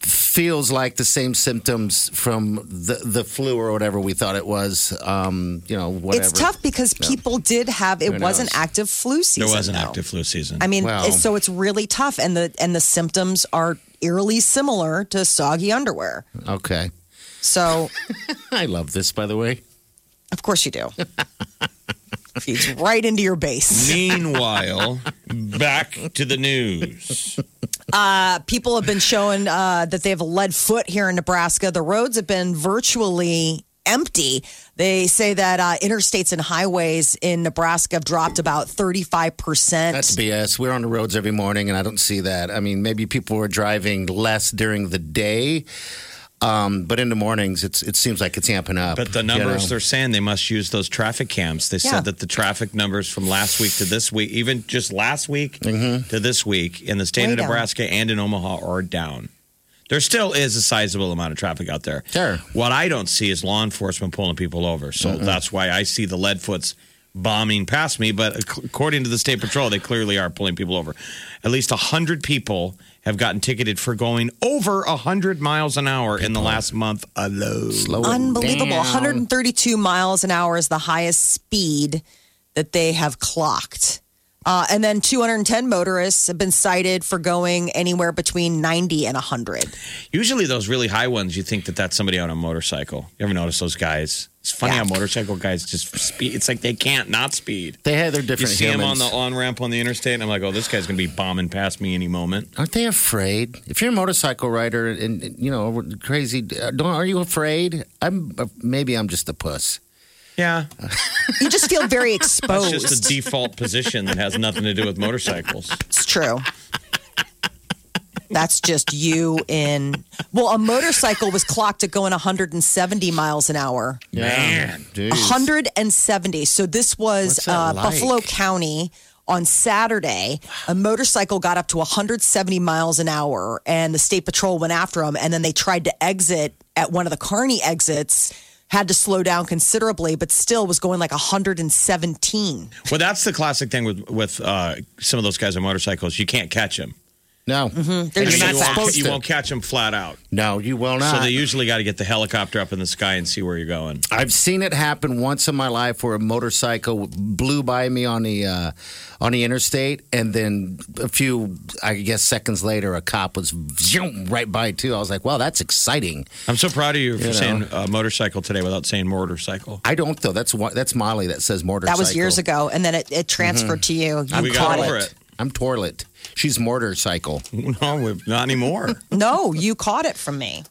Speaker 6: feels like the same symptoms from the the flu or whatever we thought it was. Um, you know, whatever.
Speaker 4: It's tough because people did have it
Speaker 6: Who
Speaker 4: was an
Speaker 6: knows?
Speaker 4: active flu season.
Speaker 5: There was an
Speaker 4: though.
Speaker 5: active flu season.
Speaker 4: I mean,
Speaker 6: Well-
Speaker 4: it's- so it's really tough, and the and the symptoms are eerily similar to soggy underwear.
Speaker 6: Okay.
Speaker 4: So,
Speaker 6: I love this, by the way.
Speaker 4: of course, you do. Feeds right into your base.
Speaker 5: Meanwhile, back to the news.
Speaker 4: Uh, people have been showing uh, that they have a lead foot here in Nebraska. The roads have been virtually empty. They say that uh, interstates and highways in Nebraska have dropped about 35%.
Speaker 6: That's BS. We're on the roads every morning, and I don't see that. I mean, maybe people are driving less during the day, um, but in the mornings, it's it seems like it's amping up.
Speaker 5: But the
Speaker 6: you
Speaker 5: numbers
Speaker 6: know?
Speaker 5: they're saying they must use those traffic cams. They
Speaker 4: Yeah.
Speaker 5: said that the traffic numbers from last week to this week, even just last week
Speaker 6: Mm-hmm.
Speaker 5: to this week in the state
Speaker 4: Way
Speaker 5: of
Speaker 4: down.
Speaker 5: Nebraska and in Omaha are down. There still is a sizable amount of traffic out there.
Speaker 6: Sure.
Speaker 5: What I don't see is law enforcement pulling people over. So that's why I see the Leadfoots bombing past me. But ac- according to the state patrol, they clearly are pulling people over. At least 100 people have gotten ticketed for going over 100 miles an hour in the last month alone.
Speaker 6: Slow it
Speaker 4: Unbelievable.
Speaker 6: down.
Speaker 4: 132 miles an hour is the highest speed that they have clocked. Uh, and then 210 motorists have been cited for going anywhere between 90 and 100.
Speaker 5: Usually, those really high ones, you think that that's somebody on a motorcycle. You ever notice those guys? It's funny how motorcycle guys just speed. It's like they can't not speed.
Speaker 6: They have their
Speaker 5: You
Speaker 6: different
Speaker 5: see them on the
Speaker 6: humans.
Speaker 5: on ramp on the interstate, and I'm like, oh, this guy's gonna be bombing past me any moment.
Speaker 6: Aren't they afraid? If you're a motorcycle rider and and, you know crazy, uh, don't are you afraid? I'm uh, maybe I'm just a puss.
Speaker 5: Yeah,
Speaker 4: You just feel very
Speaker 5: that's
Speaker 4: exposed.
Speaker 5: just a default position that has nothing to do with motorcycles.
Speaker 4: It's true. That's just you in. Well, a motorcycle was clocked at going 170 miles an hour.
Speaker 5: Man.
Speaker 6: Jeez.
Speaker 4: 170. So this was
Speaker 6: What's that
Speaker 4: uh,
Speaker 6: like?
Speaker 4: Buffalo County on Saturday. A motorcycle got up to 170 miles an hour, and the state patrol went after them. And then they tried to exit at one of the Kearney exits. Had to slow down considerably, but still was going like 117.
Speaker 5: Well, that's the classic thing with with uh, some of those guys on motorcycles. You can't catch them.
Speaker 6: No.
Speaker 4: They're
Speaker 5: And
Speaker 4: just
Speaker 5: you,
Speaker 4: not
Speaker 5: won't-
Speaker 4: fast.
Speaker 5: you won't catch them flat out.
Speaker 6: No, you will not.
Speaker 5: So they usually got to get the helicopter up in the sky and see where you're going.
Speaker 6: I've seen it happen once in my life where a motorcycle blew by me on the uh, on the interstate, and then a few, I guess, seconds later, a cop was zoom, right by too. I was like, "Wow, that's exciting."
Speaker 5: I'm so proud of you for
Speaker 6: You know.
Speaker 5: saying uh, motorcycle today without saying motorcycle.
Speaker 6: I don't though. That's why- that's Molly that says motorcycle.
Speaker 4: That was years ago, and then it, it transferred
Speaker 6: Mm-hmm.
Speaker 4: to you. You
Speaker 5: we
Speaker 4: caught
Speaker 5: got over it.
Speaker 6: I'm Torlet. She's motorcycle.
Speaker 5: No, we've, not anymore.
Speaker 4: No, you caught it from me.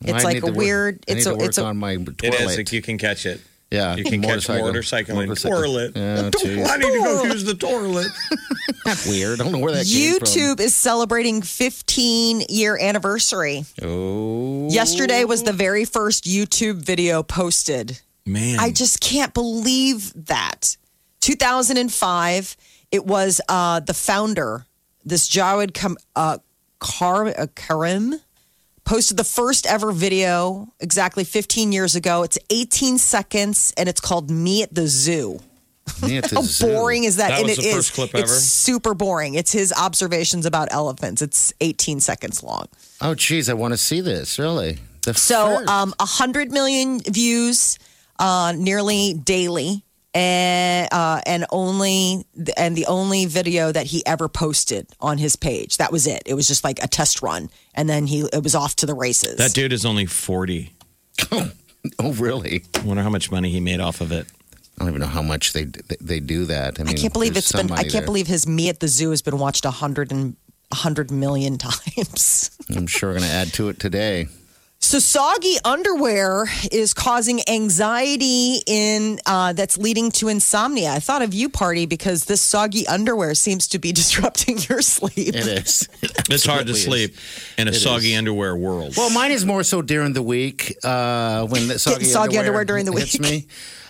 Speaker 4: It's
Speaker 6: I
Speaker 4: like
Speaker 6: need
Speaker 4: a
Speaker 6: to work-
Speaker 4: weird.
Speaker 6: I
Speaker 4: It's
Speaker 6: need
Speaker 4: a.
Speaker 6: to work
Speaker 4: It's a.
Speaker 6: on my
Speaker 5: it is.
Speaker 6: Torlet.
Speaker 5: Like, you can catch it.
Speaker 6: yeah,
Speaker 5: You can catch motorcycle and twirl it.
Speaker 6: Yeah, geez.
Speaker 5: I need to go use the toilet.
Speaker 6: That's weird. I don't know where that
Speaker 4: YouTube is celebrating 15 year anniversary.
Speaker 6: came from. Oh,
Speaker 4: Yesterday was the very first YouTube video posted.
Speaker 5: Man,
Speaker 4: I just can't believe that. 2005, it was uh, the founder, this Jawed Kam- uh, Kar- uh, Karim, posted the first ever video exactly 15 years ago. It's 18 seconds and it's called Me at the Zoo. How boring is that?
Speaker 5: That
Speaker 4: and
Speaker 5: was
Speaker 4: it
Speaker 5: the
Speaker 4: is.
Speaker 5: first clip
Speaker 4: it's
Speaker 5: ever?
Speaker 4: super boring. It's his observations about elephants. It's 18 seconds long.
Speaker 6: Oh, geez, I want to see this. Really. The
Speaker 4: So,
Speaker 6: first.
Speaker 4: um, 100 million views uh, nearly daily. And uh, and only and the only video that he ever posted on his page that was it. It was just like a test run, and then he it was off to the races.
Speaker 5: that dude is only 40.
Speaker 6: oh, really?
Speaker 5: I wonder how much money he made off of it.
Speaker 6: I don't even know how much they they, they do that. I,
Speaker 4: I
Speaker 6: mean,
Speaker 4: can't believe
Speaker 6: there's
Speaker 4: it's been. I
Speaker 6: somebody
Speaker 4: can't
Speaker 6: there.
Speaker 4: believe his me at the zoo has been watched a hundred and a hundred million times.
Speaker 6: I'm sure we're going to add to it today.
Speaker 4: So soggy underwear is causing anxiety in uh, that's leading to insomnia. I thought of you, party, because this soggy underwear seems to be disrupting your sleep.
Speaker 6: It is.
Speaker 5: It's hard to sleep
Speaker 6: Absolutely
Speaker 5: in a soggy underwear world.
Speaker 6: Well, mine is more so during the week uh, when the soggy,
Speaker 4: soggy underwear during the
Speaker 6: hits
Speaker 4: week.
Speaker 6: me.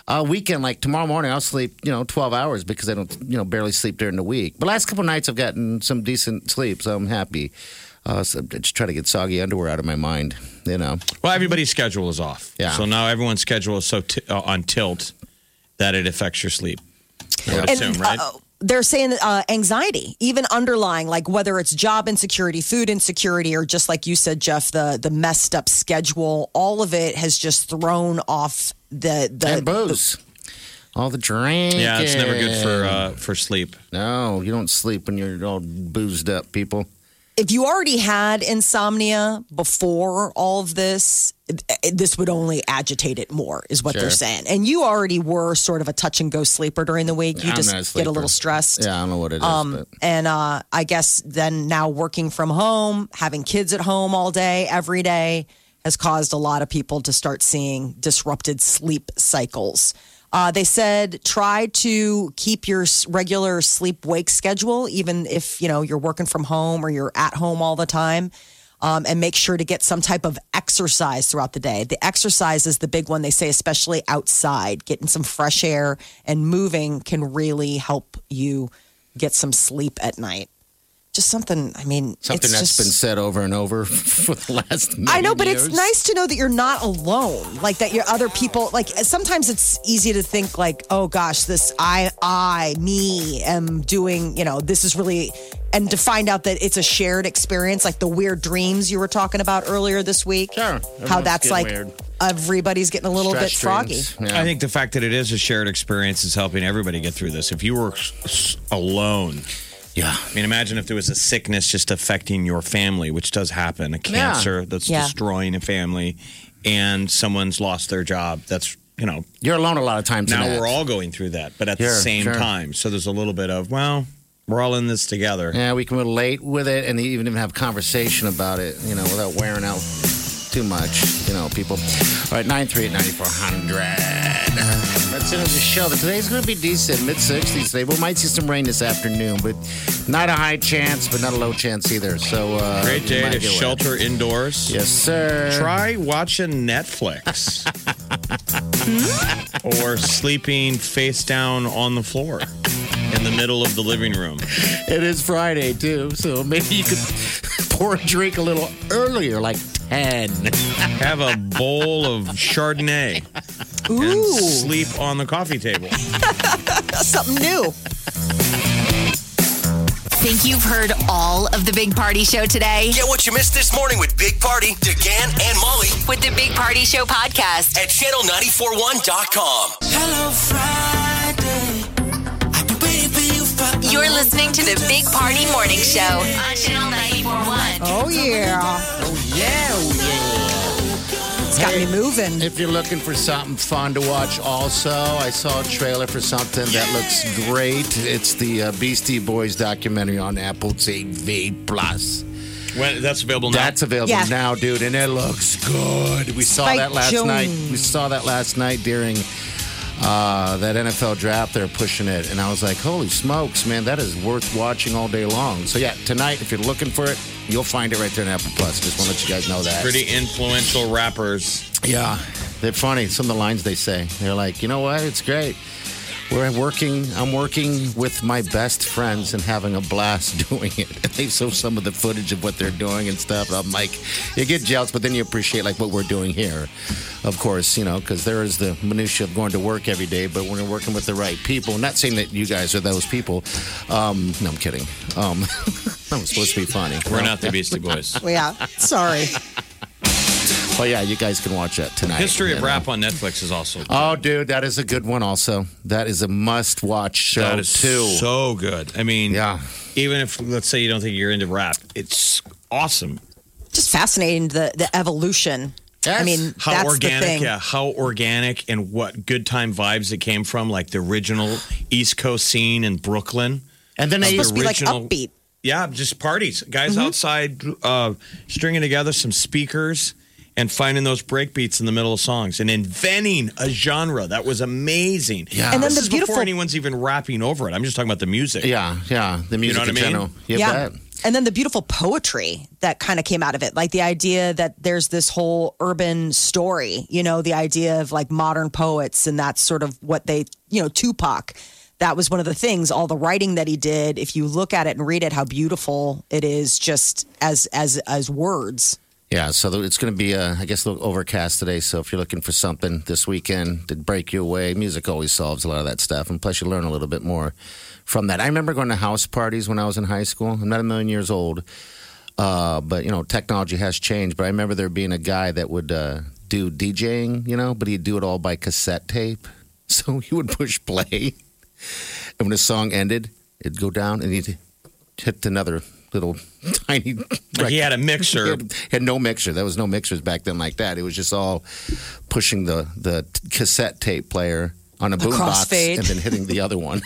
Speaker 6: Uh, weekend, like tomorrow morning, I'll sleep you know 12 hours because I don't you know barely sleep during the week. But last couple nights, I've gotten some decent sleep, so I'm happy. Uh, so I just try to get soggy underwear out of my mind. You know,
Speaker 5: Well, everybody's schedule is off.
Speaker 6: Yeah.
Speaker 5: So now everyone's schedule is so t- uh, on tilt that it affects your sleep. I would assume, right?
Speaker 4: uh, they're saying uh, anxiety, even underlying, like whether it's job insecurity, food insecurity, or just like you said, Jeff, the the messed up schedule. All of it has just thrown off the Uh, the
Speaker 6: and booze, all the drinking.
Speaker 5: yeah, it's never good for uh, for sleep.
Speaker 6: No, you don't sleep when you're all boozed up, people.
Speaker 4: if you already had insomnia before all of this, this would only agitate it more, is what they're
Speaker 6: Sure.
Speaker 4: saying. And you already were sort of a touch and go sleeper during the week. You
Speaker 6: I'm
Speaker 4: just
Speaker 6: not a
Speaker 4: get a
Speaker 6: sleeper.
Speaker 4: little stressed.
Speaker 6: Yeah, I don't know what it is.
Speaker 4: Um,
Speaker 6: but.
Speaker 4: and uh, I guess then now working from home, having kids at home all day, every day, has caused a lot of people to start seeing disrupted sleep cycles. Uh, they said try to keep your s- regular sleep wake schedule, even if you know you're working from home or you're at home all the time. Um, and make sure to get some type of exercise throughout the day. The exercise is the big one they say, especially outside. Getting some fresh air and moving can really help you get some sleep at night. Just something. I mean,
Speaker 6: Something
Speaker 4: it's
Speaker 6: that's
Speaker 4: just,
Speaker 6: been said over and over for the last.
Speaker 4: I know,
Speaker 6: million
Speaker 4: but it's
Speaker 6: years.
Speaker 4: nice to know that you're not alone. Like that, your other people. Like sometimes it's easy to think like, oh gosh, this I, I, me am doing. You know, this is really, and to find out that it's a shared experience, like the weird dreams you were talking about earlier this week.
Speaker 6: Sure.
Speaker 4: how
Speaker 6: Everyone's
Speaker 4: that's
Speaker 6: getting
Speaker 4: like
Speaker 6: weird.
Speaker 4: everybody's getting a little bit
Speaker 6: Stretch
Speaker 4: froggy.
Speaker 6: dreams. Yeah.
Speaker 5: I think the fact that it is a shared experience is helping everybody get through this. If you were s- s- alone,
Speaker 6: Yeah.
Speaker 5: I mean, imagine if there was a sickness just affecting your family, which does happen, a
Speaker 6: Yeah.
Speaker 5: cancer that's
Speaker 4: Yeah.
Speaker 5: destroying a family, and someone's lost their job. That's, you know,
Speaker 6: You're alone a lot of times. in
Speaker 5: now
Speaker 6: that.
Speaker 5: we're all going through that, but at the
Speaker 6: Yeah,
Speaker 5: same
Speaker 6: sure.
Speaker 5: time. So there's a little bit of, well, we're all in this together.
Speaker 6: Yeah, we can relate with it and even even have conversation about it, you know, without wearing out too much, you know, people. All right, 938-9400. That's it on the show. Today's going to be decent, mid-60s today. We might see some rain this afternoon, but not a high chance, but not a low chance either. So, uh,
Speaker 5: Great
Speaker 6: you
Speaker 5: day
Speaker 6: might
Speaker 5: to
Speaker 6: get wet.
Speaker 5: shelter indoors.
Speaker 6: Yes, sir.
Speaker 5: Try watching Netflix
Speaker 6: Hmm?
Speaker 5: or sleeping face down on the floor in the middle of the living room.
Speaker 6: It is Friday, too, so maybe you could pour a drink a little earlier, like 10.
Speaker 5: Have a bowl of Chardonnay and
Speaker 4: Ooh,
Speaker 5: sleep on the coffee table.
Speaker 4: something new.
Speaker 3: Think you've heard all of the Big Party Show today?
Speaker 2: Get what you missed this morning with Big Party, DeGan, and Molly
Speaker 3: With the Big Party Show podcast.
Speaker 2: at channel941.com.
Speaker 8: Hello Friday. I've been waiting for you for
Speaker 3: You're listening to the Big Party Morning Show on Channel 941.
Speaker 4: Oh, yeah. Oh, yeah. It's got me moving.
Speaker 6: If you're looking for something fun to watch, also, I saw a trailer for something that looks great. It's the uh, Beastie Boys documentary on Apple TV Plus.
Speaker 5: When, that's available now.
Speaker 6: That's available
Speaker 4: Yeah.
Speaker 6: now, dude, and it looks good. We saw
Speaker 4: Spike
Speaker 6: that last
Speaker 4: Jonze.
Speaker 6: night. We saw that last night during uh, that NFL draft. They're pushing it, and I was like, "Holy smokes, man! That is worth watching all day long." So yeah, tonight, if you're looking for it, you'll find it right there on Apple Plus. Just want to let you guys know that.
Speaker 5: pretty influential rappers.
Speaker 6: Yeah, they're funny. Some of the lines they say, they're like, you know what? It's great. We're working. I'm working with my best friends and having a blast doing it. And they show some of the footage of what they're doing and stuff. I'm like, you get jealous, but then you appreciate like what we're doing here, of course, you know, because there is the minutia of going to work every day. But when you're working with the right people, not saying that you guys are those people. Um, no, I'm kidding. Um, that was supposed to be funny.
Speaker 5: We're not the Beastie Boys.
Speaker 4: Well, yeah. Sorry.
Speaker 6: But yeah, you guys can watch that tonight.
Speaker 5: History of
Speaker 6: You know.
Speaker 5: Rap on Netflix is also
Speaker 6: Oh, dude, that is a good one. Also, that is a must-watch show
Speaker 5: that is
Speaker 6: too.
Speaker 5: so good. I mean,
Speaker 6: yeah,
Speaker 5: even if let's say you don't think you're into rap, it's awesome.
Speaker 4: Just fascinating the, the evolution. I
Speaker 6: Yes.
Speaker 4: mean,
Speaker 5: How
Speaker 4: that's the
Speaker 5: organic,
Speaker 4: thing.
Speaker 5: yeah, how organic and what good time vibes it came from, like the original East Coast scene in Brooklyn.
Speaker 6: and then they
Speaker 4: It's
Speaker 5: Supposed
Speaker 4: supposed to be like
Speaker 5: original-
Speaker 4: upbeat.
Speaker 5: Yeah, just parties. Guys outside uh, stringing together some speakers and finding those break beats in the middle of songs and inventing a genre that was amazing.
Speaker 6: Yeah.
Speaker 4: And then
Speaker 5: this
Speaker 4: the
Speaker 5: is
Speaker 4: beautiful-
Speaker 5: before anyone's even rapping over it. I'm just talking about the music.
Speaker 6: yeah, yeah, the music
Speaker 5: know what
Speaker 6: in
Speaker 5: I mean?
Speaker 6: general. You
Speaker 4: yeah.
Speaker 6: bet.
Speaker 4: And then the beautiful poetry that kind of came out of it, like the idea that there's this whole urban story, you know, the idea of like modern poets, and that's sort of what they, you know, Tupac. That was one of the things. All the writing that he did, if you look at it and read it, how beautiful it is, just as as as words.
Speaker 6: Yeah, so th- it's going to be, uh, I guess, a little overcast today. So if you're looking for something this weekend to break you away, music always solves a lot of that stuff. And plus, you learn a little bit more from that. I remember going to house parties when I was in high school. I'm not a million years old, uh, but you know, technology has changed. But I remember there being a guy that would uh, do DJing, you know, but he'd do it all by cassette tape. So he would push play, and when the song ended, it'd go down, and he'd hit another little tiny.
Speaker 5: Like he had a mixer.
Speaker 6: Had, had no mixer. There was no mixers back then like that. It was just all pushing the the cassette tape player on a boombox
Speaker 4: crossfade.
Speaker 6: and then hitting the other one.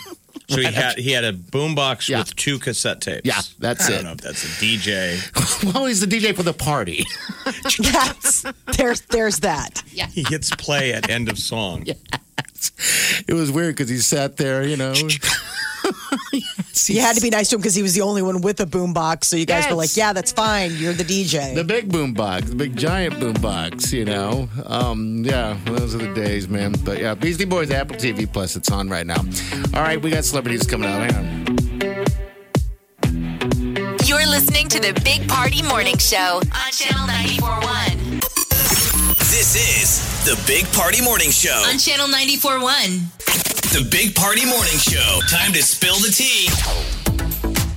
Speaker 5: so he had he had a boombox
Speaker 6: Yeah.
Speaker 5: with two cassette tapes.
Speaker 6: Yeah, that's
Speaker 5: I
Speaker 6: it.
Speaker 5: don't know if that's a DJ.
Speaker 6: well, he's the DJ for the party.
Speaker 4: That's there's there's that.
Speaker 5: he hits play at end of song.
Speaker 6: It was weird because he sat there, you know.
Speaker 4: You had to be nice to him because he was the only one with a boombox. So you guys were like, "Yeah, that's fine. You're the DJ."
Speaker 6: The big boom box, the big giant boom box, you know. Um, yeah, those are the days, man. But yeah, Beastie Boys, Apple TV Plus, it's on right now. All right, we got celebrities coming out. Hang on.
Speaker 3: You're listening to the Big Party Morning Show on Channel 941.
Speaker 2: This is the Big Party Morning Show.
Speaker 3: On Channel 941.
Speaker 2: The Big Party Morning Show. Time to spill the tea.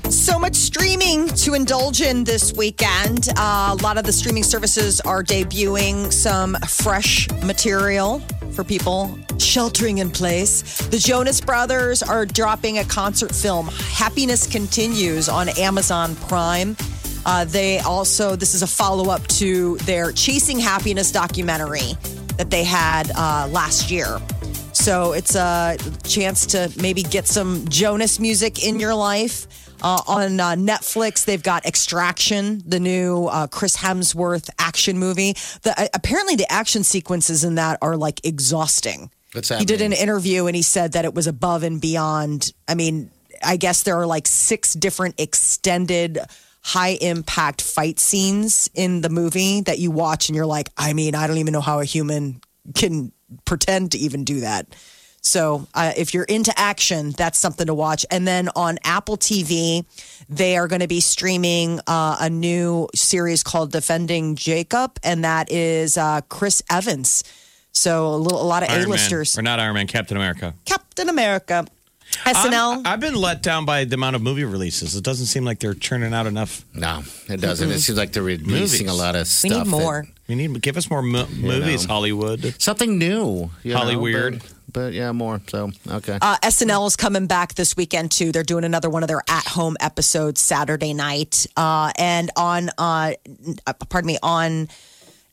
Speaker 4: So much streaming to indulge in this weekend. Uh, a lot of the streaming services are debuting some fresh material for people sheltering in place. The Jonas Brothers are dropping a concert film, Happiness Continues, on Amazon Prime. Uh, they also, this is a follow up to their Chasing Happiness documentary that they had uh, last year. So it's a chance to maybe get some Jonas music in your life. Uh, on uh, Netflix, they've got Extraction, the new uh, Chris Hemsworth action movie. The, uh, apparently, the action sequences in that are like exhausting.
Speaker 6: What's
Speaker 4: He did an
Speaker 6: happening?
Speaker 4: interview and he said that it was above and beyond. I mean, I guess there are like six different extended, high impact fight scenes in the movie that you watch and you're like, I mean, I don't even know how a human can pretend to even do that. So uh, if you're into action, that's something to watch. And then on Apple TV, they are going to be streaming uh, a new series called Defending Jacob, and that is uh, Chris Evans. So a little, a lot of
Speaker 5: Iron Man.
Speaker 4: A-listers.
Speaker 5: Or not Iron Man, Captain America.
Speaker 4: Captain America. SNL.
Speaker 5: I'm- I've been let down by the amount of movie releases. It doesn't seem like they're churning out enough.
Speaker 6: No, it doesn't. It seems like they're releasing a lot of
Speaker 4: we
Speaker 6: stuff.
Speaker 4: need
Speaker 6: that-
Speaker 4: more.
Speaker 5: We need give us more mo- movies, Hollywood.
Speaker 6: something new. you know,
Speaker 5: Holly
Speaker 6: but-
Speaker 5: weird.
Speaker 6: But, yeah, more. So, okay.
Speaker 4: Uh, SNL is coming back this weekend too. They're doing another one of their at-home episodes Saturday night, uh, and on, uh, uh, pardon me, on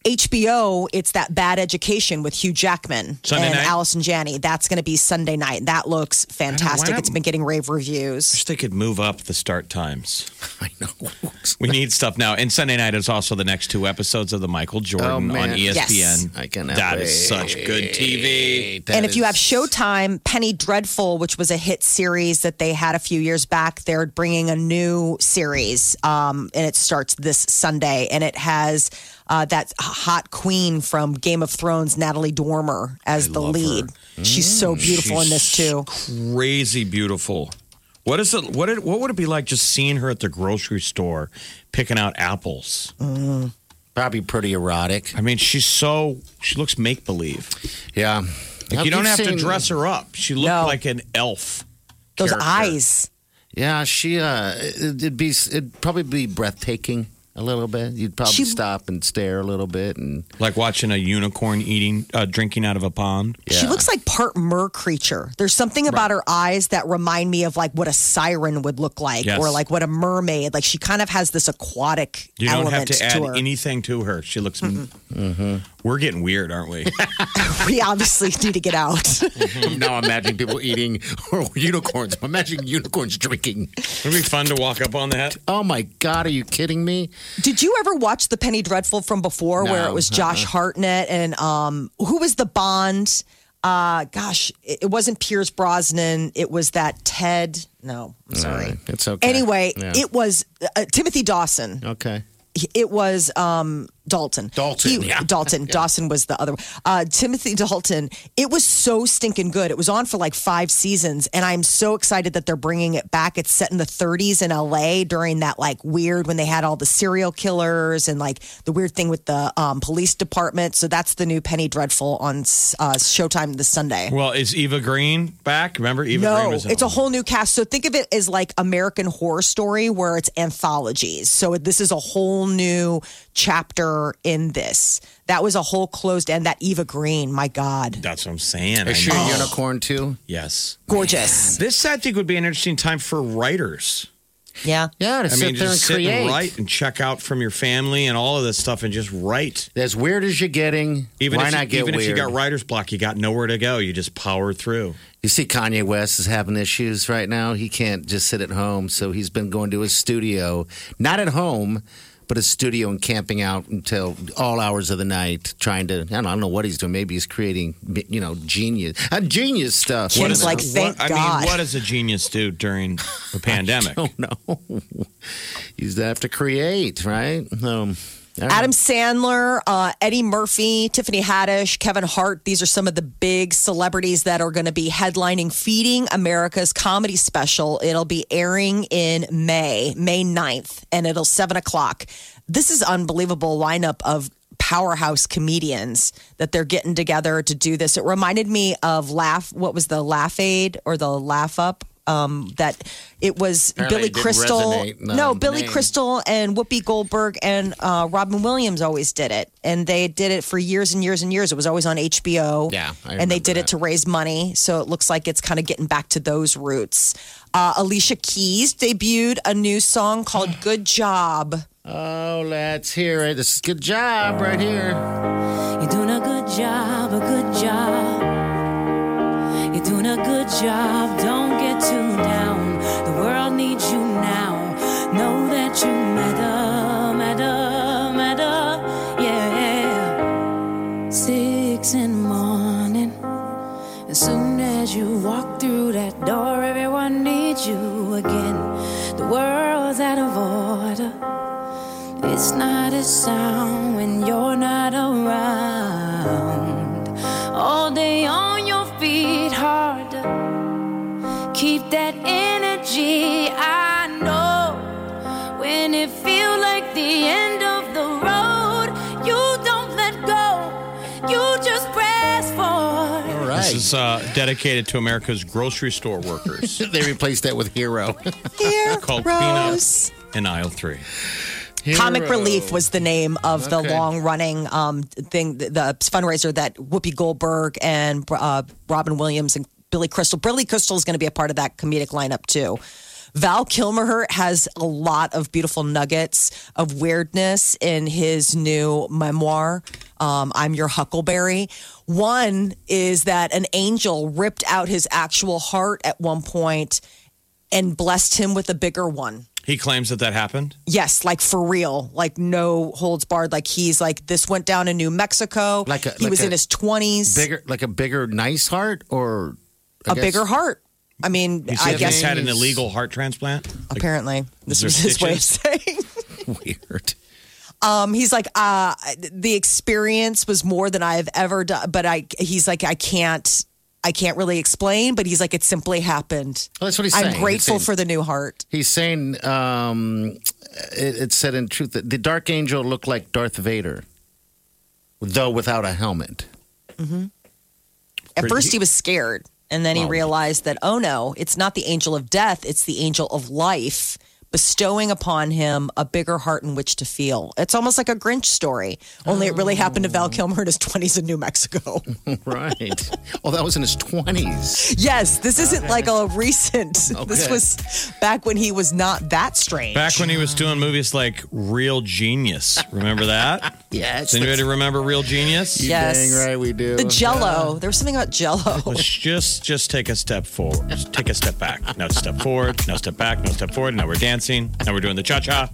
Speaker 4: HBO, it's that Bad Education with Hugh Jackman
Speaker 5: Sunday
Speaker 4: and
Speaker 5: night?
Speaker 4: Allison Janney. That's going to be Sunday night. That looks fantastic.
Speaker 5: not-
Speaker 4: It's been getting rave reviews.
Speaker 5: Wish they could move up the start times.
Speaker 6: I know.
Speaker 5: We need stuff now. And Sunday night is also the next two episodes of the Michael Jordan on E
Speaker 6: man.
Speaker 5: ESPN.
Speaker 4: Yes.
Speaker 6: I cannot
Speaker 5: That
Speaker 6: wait.
Speaker 5: is such good TV.
Speaker 6: That
Speaker 4: and if you have
Speaker 6: is-
Speaker 4: Showtime, Penny Dreadful, which was a hit series that they had a few years back, they're bringing a new series, um, and it starts this Sunday. And it has uh, that hot queen from Game of Thrones, Natalie Dormer, as the
Speaker 5: love Mm.
Speaker 4: lead. She's so beautiful in this too.
Speaker 5: Crazy beautiful. What is it? What it, What would it be like just seeing her at the grocery store picking out apples?
Speaker 6: Probably pretty erotic.
Speaker 5: I mean, she's so she looks make believe.
Speaker 6: Yeah.
Speaker 5: Like you don't have to dress her up. She looked
Speaker 4: No.
Speaker 5: like an elf.
Speaker 4: Those
Speaker 5: character.
Speaker 4: eyes.
Speaker 6: Yeah, she. Uh, it- it'd be. It'd probably be breathtaking a little bit. You'd probably
Speaker 4: She-
Speaker 6: stop and stare a little bit, and
Speaker 5: Like watching a unicorn eating, uh, drinking out of a pond.
Speaker 4: She looks like part mer creature. There's something about her eyes that remind me of like what a siren would look like,
Speaker 5: Yes.
Speaker 4: or like what a mermaid. Like she kind of has this aquatic
Speaker 5: You don't
Speaker 4: element
Speaker 5: have to add
Speaker 4: her.
Speaker 5: anything to her. She looks.
Speaker 6: Mm-hmm.
Speaker 5: Mm-hmm. We're getting weird, aren't we?
Speaker 4: we obviously need to get out.
Speaker 5: Mm-hmm.
Speaker 6: now imagine people eating or unicorns. Imagine unicorns drinking.
Speaker 5: It'd be fun to walk up on that.
Speaker 6: Oh my God! Are you kidding me?
Speaker 4: Did you ever watch the Penny Dreadful from before, where
Speaker 6: No, uh-uh.
Speaker 4: it was Josh Hartnett and um, who was the Bond? Uh, gosh, it, it wasn't Pierce Brosnan. It was that Ted. No, I'm sorry.
Speaker 6: It's okay.
Speaker 4: Anyway,
Speaker 6: Yeah. Oh,
Speaker 4: it was uh, Timothy Dawson.
Speaker 6: Okay.
Speaker 4: It was um, Dalton.
Speaker 6: Dalton, yeah.
Speaker 4: Dalton. Dawson was the other one. Uh, Timothy Dalton. It was so stinking good. It was on for like five seasons, and I'm so excited that they're bringing it back. It's set in the 30s in LA during that like weird when they had all the serial killers and like the weird thing with the um, police department. So that's the new Penny Dreadful on uh, Showtime this Sunday.
Speaker 5: Well, is Eva Green back? Remember, Eva Green
Speaker 4: No,
Speaker 5: was in
Speaker 4: it's a whole new cast. So think of it as like American Horror Story, where it's anthologies. So this is a whole new chapter in this. That was a whole closed end. That Eva Green, my God,
Speaker 5: That's what I'm saying. I
Speaker 6: Is she
Speaker 5: know.
Speaker 6: a unicorn too?
Speaker 5: Yes.
Speaker 4: gorgeous.
Speaker 5: This I think would be an interesting time for writers.
Speaker 4: Yeah.
Speaker 6: Yeah, to
Speaker 5: I
Speaker 6: sit
Speaker 5: mean,
Speaker 6: there
Speaker 5: just
Speaker 6: and
Speaker 5: sit
Speaker 6: create.
Speaker 5: and write and check out from your family and all of this stuff and just write.
Speaker 6: As weird as you're getting,
Speaker 5: Even
Speaker 6: why
Speaker 5: if,
Speaker 6: not
Speaker 5: you,
Speaker 6: get
Speaker 5: even
Speaker 6: weird?
Speaker 5: if you got writer's block, you got nowhere to go. You just power through.
Speaker 6: You see, Kanye West is having issues right now. He can't just sit at home, so he's been going to his studio, not at home, but his studio and camping out until all hours of the night, trying to. I don't, I don't know what he's doing. Maybe he's creating, you know, genius, uh, genius stuff.
Speaker 4: What Kim's is- like,
Speaker 5: what,
Speaker 4: "Thank
Speaker 5: I
Speaker 4: God."
Speaker 5: mean, what does a genius do during the pandemic?
Speaker 6: Oh no, you have to create, right? Um, all right.
Speaker 4: Adam Sandler, uh, Eddie Murphy, Tiffany Haddish, Kevin Hart. These are some of the big celebrities that are going to be headlining Feeding America's comedy special. It'll be airing in May, May 9th, and it'll 7 o'clock. This is unbelievable lineup of powerhouse comedians that they're getting together to do this. It reminded me of Laugh, what was the Laugh Aid or the Laugh Up? Um, that it was
Speaker 6: Apparently
Speaker 4: Billy
Speaker 6: it didn't
Speaker 4: Crystal.
Speaker 6: resonate, no,
Speaker 4: No, Billy
Speaker 6: name.
Speaker 4: Crystal. Crystal and Whoopi Goldberg and uh, Robin Williams always did it, and they did it for years and years and years. It was always on HBO.
Speaker 6: Yeah, I
Speaker 4: and they
Speaker 6: remember
Speaker 4: did it
Speaker 6: that.
Speaker 4: to raise money, so it looks like it's kind of getting back to those roots. Uh, Alicia Keys debuted a new song called "Good Job."
Speaker 6: Oh, let's hear it. This is good job right here.
Speaker 9: You're doing a good job, a good job. You're doing a good job, don't get too down. The world needs you now. Know that you matter, matter, matter, yeah. Six in the morning. As soon as you walk through that door, everyone needs you again. The world's out of order. It's not a sound when you're not around. All day on your feet, hard to keep that energy. I know when it feels like the end of the road, you don't let go, you just press forward.
Speaker 6: All right.
Speaker 5: This is uh, dedicated to America's grocery store workers
Speaker 6: they replaced that with hero.
Speaker 4: Here,
Speaker 5: called
Speaker 4: Rose.
Speaker 5: Peanut in aisle three.
Speaker 4: Comic
Speaker 6: Hero.
Speaker 4: Relief was the name of the
Speaker 6: Okay.
Speaker 4: long-running um, thing, the, the fundraiser that Whoopi Goldberg and uh, Robin Williams and Billy Crystal. Billy Crystal is going to be a part of that comedic lineup too. Val Kilmer has a lot of beautiful nuggets of weirdness in his new memoir, um, "I'm Your Huckleberry." One is that an angel ripped out his actual heart at one point and blessed him with a bigger one.
Speaker 5: He claims that that happened.
Speaker 4: Yes, like for real, like no holds barred. Like he's like this went down in New Mexico.
Speaker 6: Like a-
Speaker 4: he
Speaker 6: like
Speaker 4: was
Speaker 6: a
Speaker 4: in his twenties,
Speaker 6: bigger, like a bigger nice heart, or I
Speaker 4: a
Speaker 6: guess-
Speaker 4: bigger heart. I mean,
Speaker 5: You
Speaker 4: I
Speaker 5: said
Speaker 4: guess
Speaker 5: he's had an
Speaker 6: he's-
Speaker 5: illegal heart transplant. Like,
Speaker 4: apparently this
Speaker 5: Is
Speaker 4: was
Speaker 5: there
Speaker 4: his way of saying.
Speaker 6: Weird.
Speaker 4: Um, he's like, uh, the experience was more than I've ever done, but I. He's like, I can't, I can't really explain. But he's like, it simply happened.
Speaker 6: Well, that's what he's saying.
Speaker 4: I'm
Speaker 6: He's
Speaker 4: grateful
Speaker 6: saying-
Speaker 4: for the new heart.
Speaker 6: He's saying um, it, it said in truth that the Dark Angel looked like Darth Vader, though without a helmet.
Speaker 4: At
Speaker 5: Pretty-
Speaker 4: first, he was scared, and then he realized that, oh no, it's not the angel of death, it's the angel of life bestowing upon him a bigger heart in which to feel. It's almost like a Grinch story, only it really happened to Val Kilmer in his 20s in New Mexico.
Speaker 6: Right. oh, that was in his twenties.
Speaker 4: yes, this isn't like a recent, this
Speaker 6: Okay.
Speaker 4: was back when he was not that strange.
Speaker 5: Back when he was doing movies like Real Genius. Remember that?
Speaker 6: Yes.
Speaker 5: Does anybody remember Real Genius?
Speaker 6: You
Speaker 4: Yes.
Speaker 6: dang right we do.
Speaker 4: the jello, there was something about jello.
Speaker 5: Let's just just take a step forward. Just take a step back. Now step forward. Now step back. Now step forward. Now we're dancing. Now we're doing the cha cha.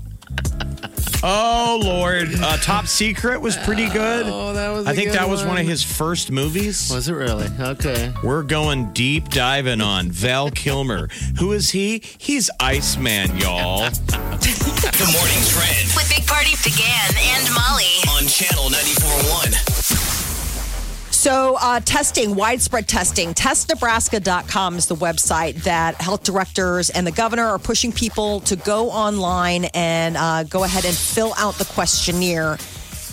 Speaker 5: Oh Lord! Uh, Top Secret was pretty good.
Speaker 6: Oh, that was. a
Speaker 5: I think
Speaker 6: good
Speaker 5: that was one of his first movies.
Speaker 6: Was it really? Okay.
Speaker 5: We're going deep diving on Val Kilmer. Who is he? He's Iceman, y'all.
Speaker 2: The morning trend
Speaker 3: With Big Party began and Molly.
Speaker 2: on channel 94.1.
Speaker 4: So, uh, testing, widespread testing. TestNebraska.com is the website that health directors and the governor are pushing people to go online and uh, go ahead and fill out the questionnaire.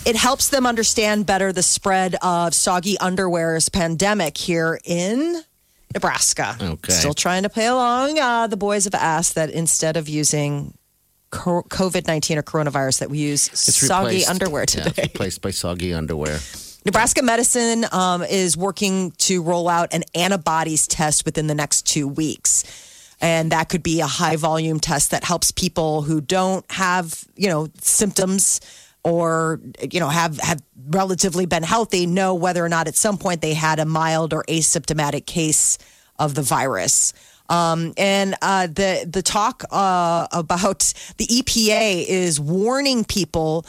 Speaker 4: It helps them understand better the spread of soggy underwear's pandemic here in Nebraska.
Speaker 6: Okay.
Speaker 4: Still trying to play along. Uh, the boys have asked that instead of using COVID 19 or coronavirus, that we use soggy
Speaker 6: replaced-
Speaker 4: underwear
Speaker 6: yeah,
Speaker 4: today.
Speaker 6: it's replaced by soggy underwear.
Speaker 4: Nebraska Medicine um, is working to roll out an antibodies test within the next two weeks. And that could be a high volume test that helps people who don't have, you know, symptoms or, you know, have, have relatively been healthy know whether or not at some point they had a mild or asymptomatic case of the virus. Um, and uh, the the talk uh, about the EPA is warning people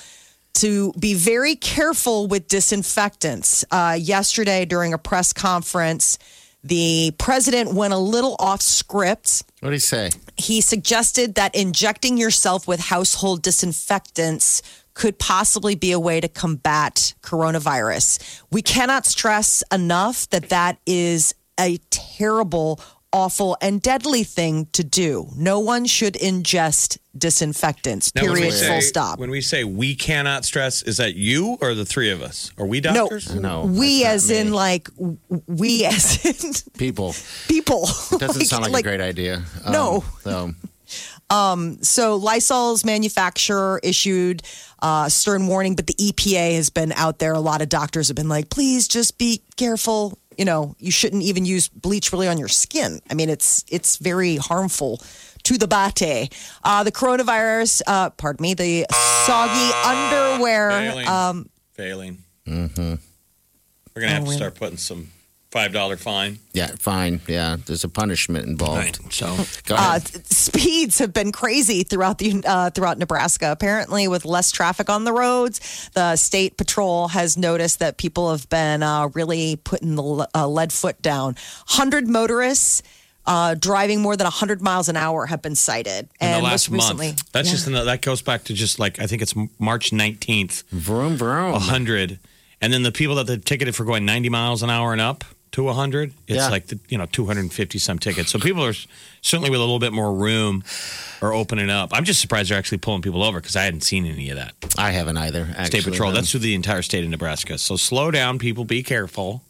Speaker 4: to be very careful with disinfectants. Uh, yesterday, during a press conference, the president went a little off script
Speaker 6: What do he say?
Speaker 4: he suggested that injecting yourself with household disinfectants could possibly be a way to combat coronavirus. We cannot stress enough that that is a terrible, awful, and deadly thing to do. No one should ingest disinfectants,
Speaker 5: Now, when we
Speaker 4: period,
Speaker 5: say-
Speaker 4: full stop.
Speaker 5: When we say we cannot stress, is that you or the three of us? Are we
Speaker 4: No,
Speaker 5: doctors?
Speaker 6: No,
Speaker 4: we
Speaker 6: that's
Speaker 4: as
Speaker 6: not
Speaker 4: in
Speaker 6: me.
Speaker 4: like, w- we as in
Speaker 6: People.
Speaker 4: people.
Speaker 6: Doesn't sound like, a great idea. Um,
Speaker 4: No.
Speaker 6: So,
Speaker 4: so Lysol's manufacturer issued uh, stern warning, but the EPA has been out there. A lot of doctors have been like, please just be careful. You know, you shouldn't even use bleach really on your skin. I mean, it's it's very harmful to the body. Uh, the coronavirus, uh, pardon me, the soggy underwear.
Speaker 5: Failing.
Speaker 4: Um,
Speaker 5: Failing. Mm-hmm. We're gonna
Speaker 4: Oh,
Speaker 5: have to start putting some five dollar fine.
Speaker 6: yeah, fine. Yeah, there's a punishment
Speaker 5: Oh.
Speaker 6: involved.
Speaker 5: So
Speaker 6: Go
Speaker 4: uh,
Speaker 6: ahead.
Speaker 4: th- speeds have been crazy throughout the uh, throughout Nebraska. Apparently, with less traffic on the roads, the state patrol has noticed that people have been uh, really putting the le- uh, lead foot down. Hundred motorists. Uh, driving more than 100 miles an hour have been cited.
Speaker 5: in the
Speaker 4: and
Speaker 5: last
Speaker 4: most recently,
Speaker 5: month, that's just in the, that goes back to just like I think it's M- March nineteenth,
Speaker 6: vroom
Speaker 5: Mm-hmm.
Speaker 6: vroom.
Speaker 5: Oh. hundred, and then the people that they ticketed for going ninety miles an hour and up to hundred, it's
Speaker 6: Yeah.
Speaker 5: like the, you know two hundred and fifty some tickets. So people are s- certainly with a little bit more room are opening up. I'm just surprised they're actually pulling people over because I hadn't seen any of that.
Speaker 6: I haven't either. Actually,
Speaker 5: State patrol,
Speaker 6: no.
Speaker 5: that's through the entire state of Nebraska. So slow down, people. Be careful.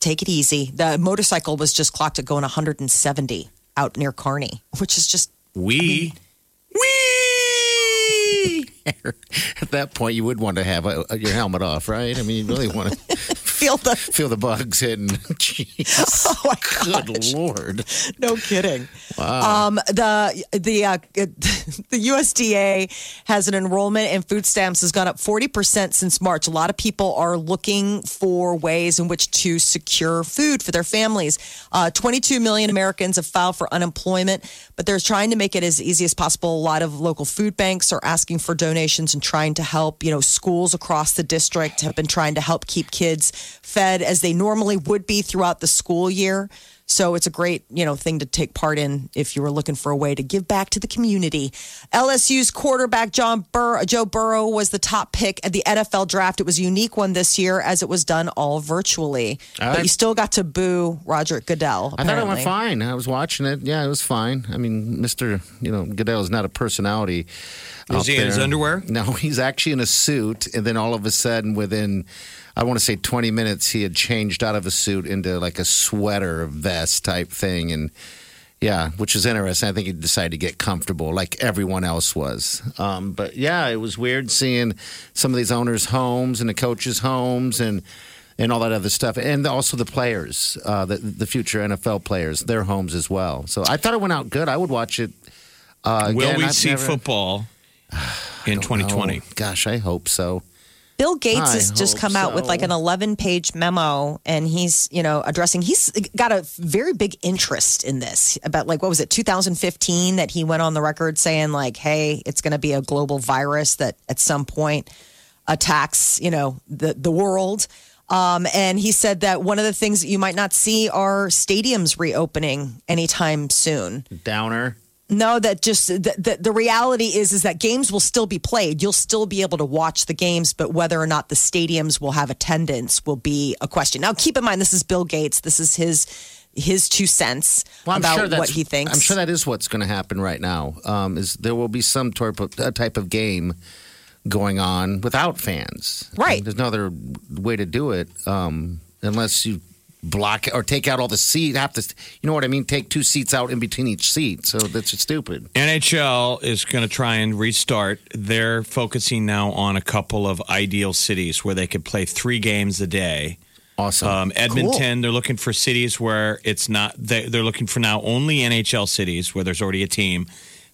Speaker 4: take it easy. The motorcycle was just clocked at going 170 out near Kearney, which is just
Speaker 5: We.
Speaker 6: At that point, you would want to have uh your helmet off, right? I mean, you really want to
Speaker 4: feel the
Speaker 6: feel the bugs hitting. Jeez,
Speaker 4: oh my gosh.
Speaker 6: good lord!
Speaker 4: No kidding. Um, the the uh, the USDA has an enrollment in food stamps has gone up forty percent since March. A lot of people are looking for ways in which to secure food for their families. Uh, Twenty two million Americans have filed for unemployment, but they're trying to make it as easy as possible. A lot of local food banks are asking for donations and trying to help. You know, schools across the district have been trying to help keep kids fed as they normally would be throughout the school year. So it's a great, you know, thing to take part in if you were looking for a way to give back to the community. LSU's quarterback John Bur- Joe Burrow was the top pick at the NFL draft. It was a unique one this year as it was done all virtually. but
Speaker 6: I-
Speaker 4: you still got to boo Roger Goodell.
Speaker 6: I thought it went
Speaker 4: apparently.
Speaker 6: fine. I was watching it. Yeah, it was fine. I mean, Mister, you know, Goodell is not a personality. out
Speaker 5: Is he in his
Speaker 6: there.
Speaker 5: underwear?
Speaker 6: No, he's actually in a suit, and then all of a sudden, within I want to say twenty minutes, he had changed out of a suit into like a sweater vest type thing, and yeah, which is interesting. I think he decided to get comfortable, like everyone else was. Um, but yeah, it was weird seeing some of these owners' homes and the coaches' homes and and all that other stuff, and also the players, uh, the the future NFL players, their homes as well. So I thought it went out good. I would watch it. Uh,
Speaker 5: Will
Speaker 6: again.
Speaker 5: we
Speaker 6: I've
Speaker 5: see
Speaker 6: never-
Speaker 5: football in 2020?
Speaker 6: Oh, gosh, I hope so.
Speaker 4: Bill Gates
Speaker 6: I
Speaker 4: has just
Speaker 6: hope
Speaker 4: come out with
Speaker 6: so.
Speaker 4: like an 11 page memo and he's, you know, addressing, he's got a very big interest in this about like, what was it, 2015 that he went on the record saying, like, hey, it's going to be a global virus that at some point attacks, you know, the, the world. Um, and he said that one of the things that you might not see are stadiums reopening anytime soon.
Speaker 6: Downer.
Speaker 4: No, that just the, the, the reality is is that games will still be played. You'll still be able to watch the games, but whether or not the stadiums will have attendance will be a question. Now, keep in mind, this is Bill Gates. This is his his two cents
Speaker 6: Well, I'm
Speaker 4: about
Speaker 6: sure that's,
Speaker 4: what he thinks.
Speaker 6: I'm sure that is what's going to happen right now. Um, is there will be some type of, uh, type of game going on without fans? I mean,
Speaker 4: Right.
Speaker 6: there's no other way to do it um, unless you block or take out all the seat. Have to, you know what I mean? Take two seats out in between each seat. So that's just stupid.
Speaker 5: NHL is going to try and restart. They're focusing now on a couple of ideal cities where they could play three games a day.
Speaker 6: Awesome.
Speaker 5: Um, Edmonton, they're looking for cities where it's not, they, they're looking for now only NHL cities where there's already a team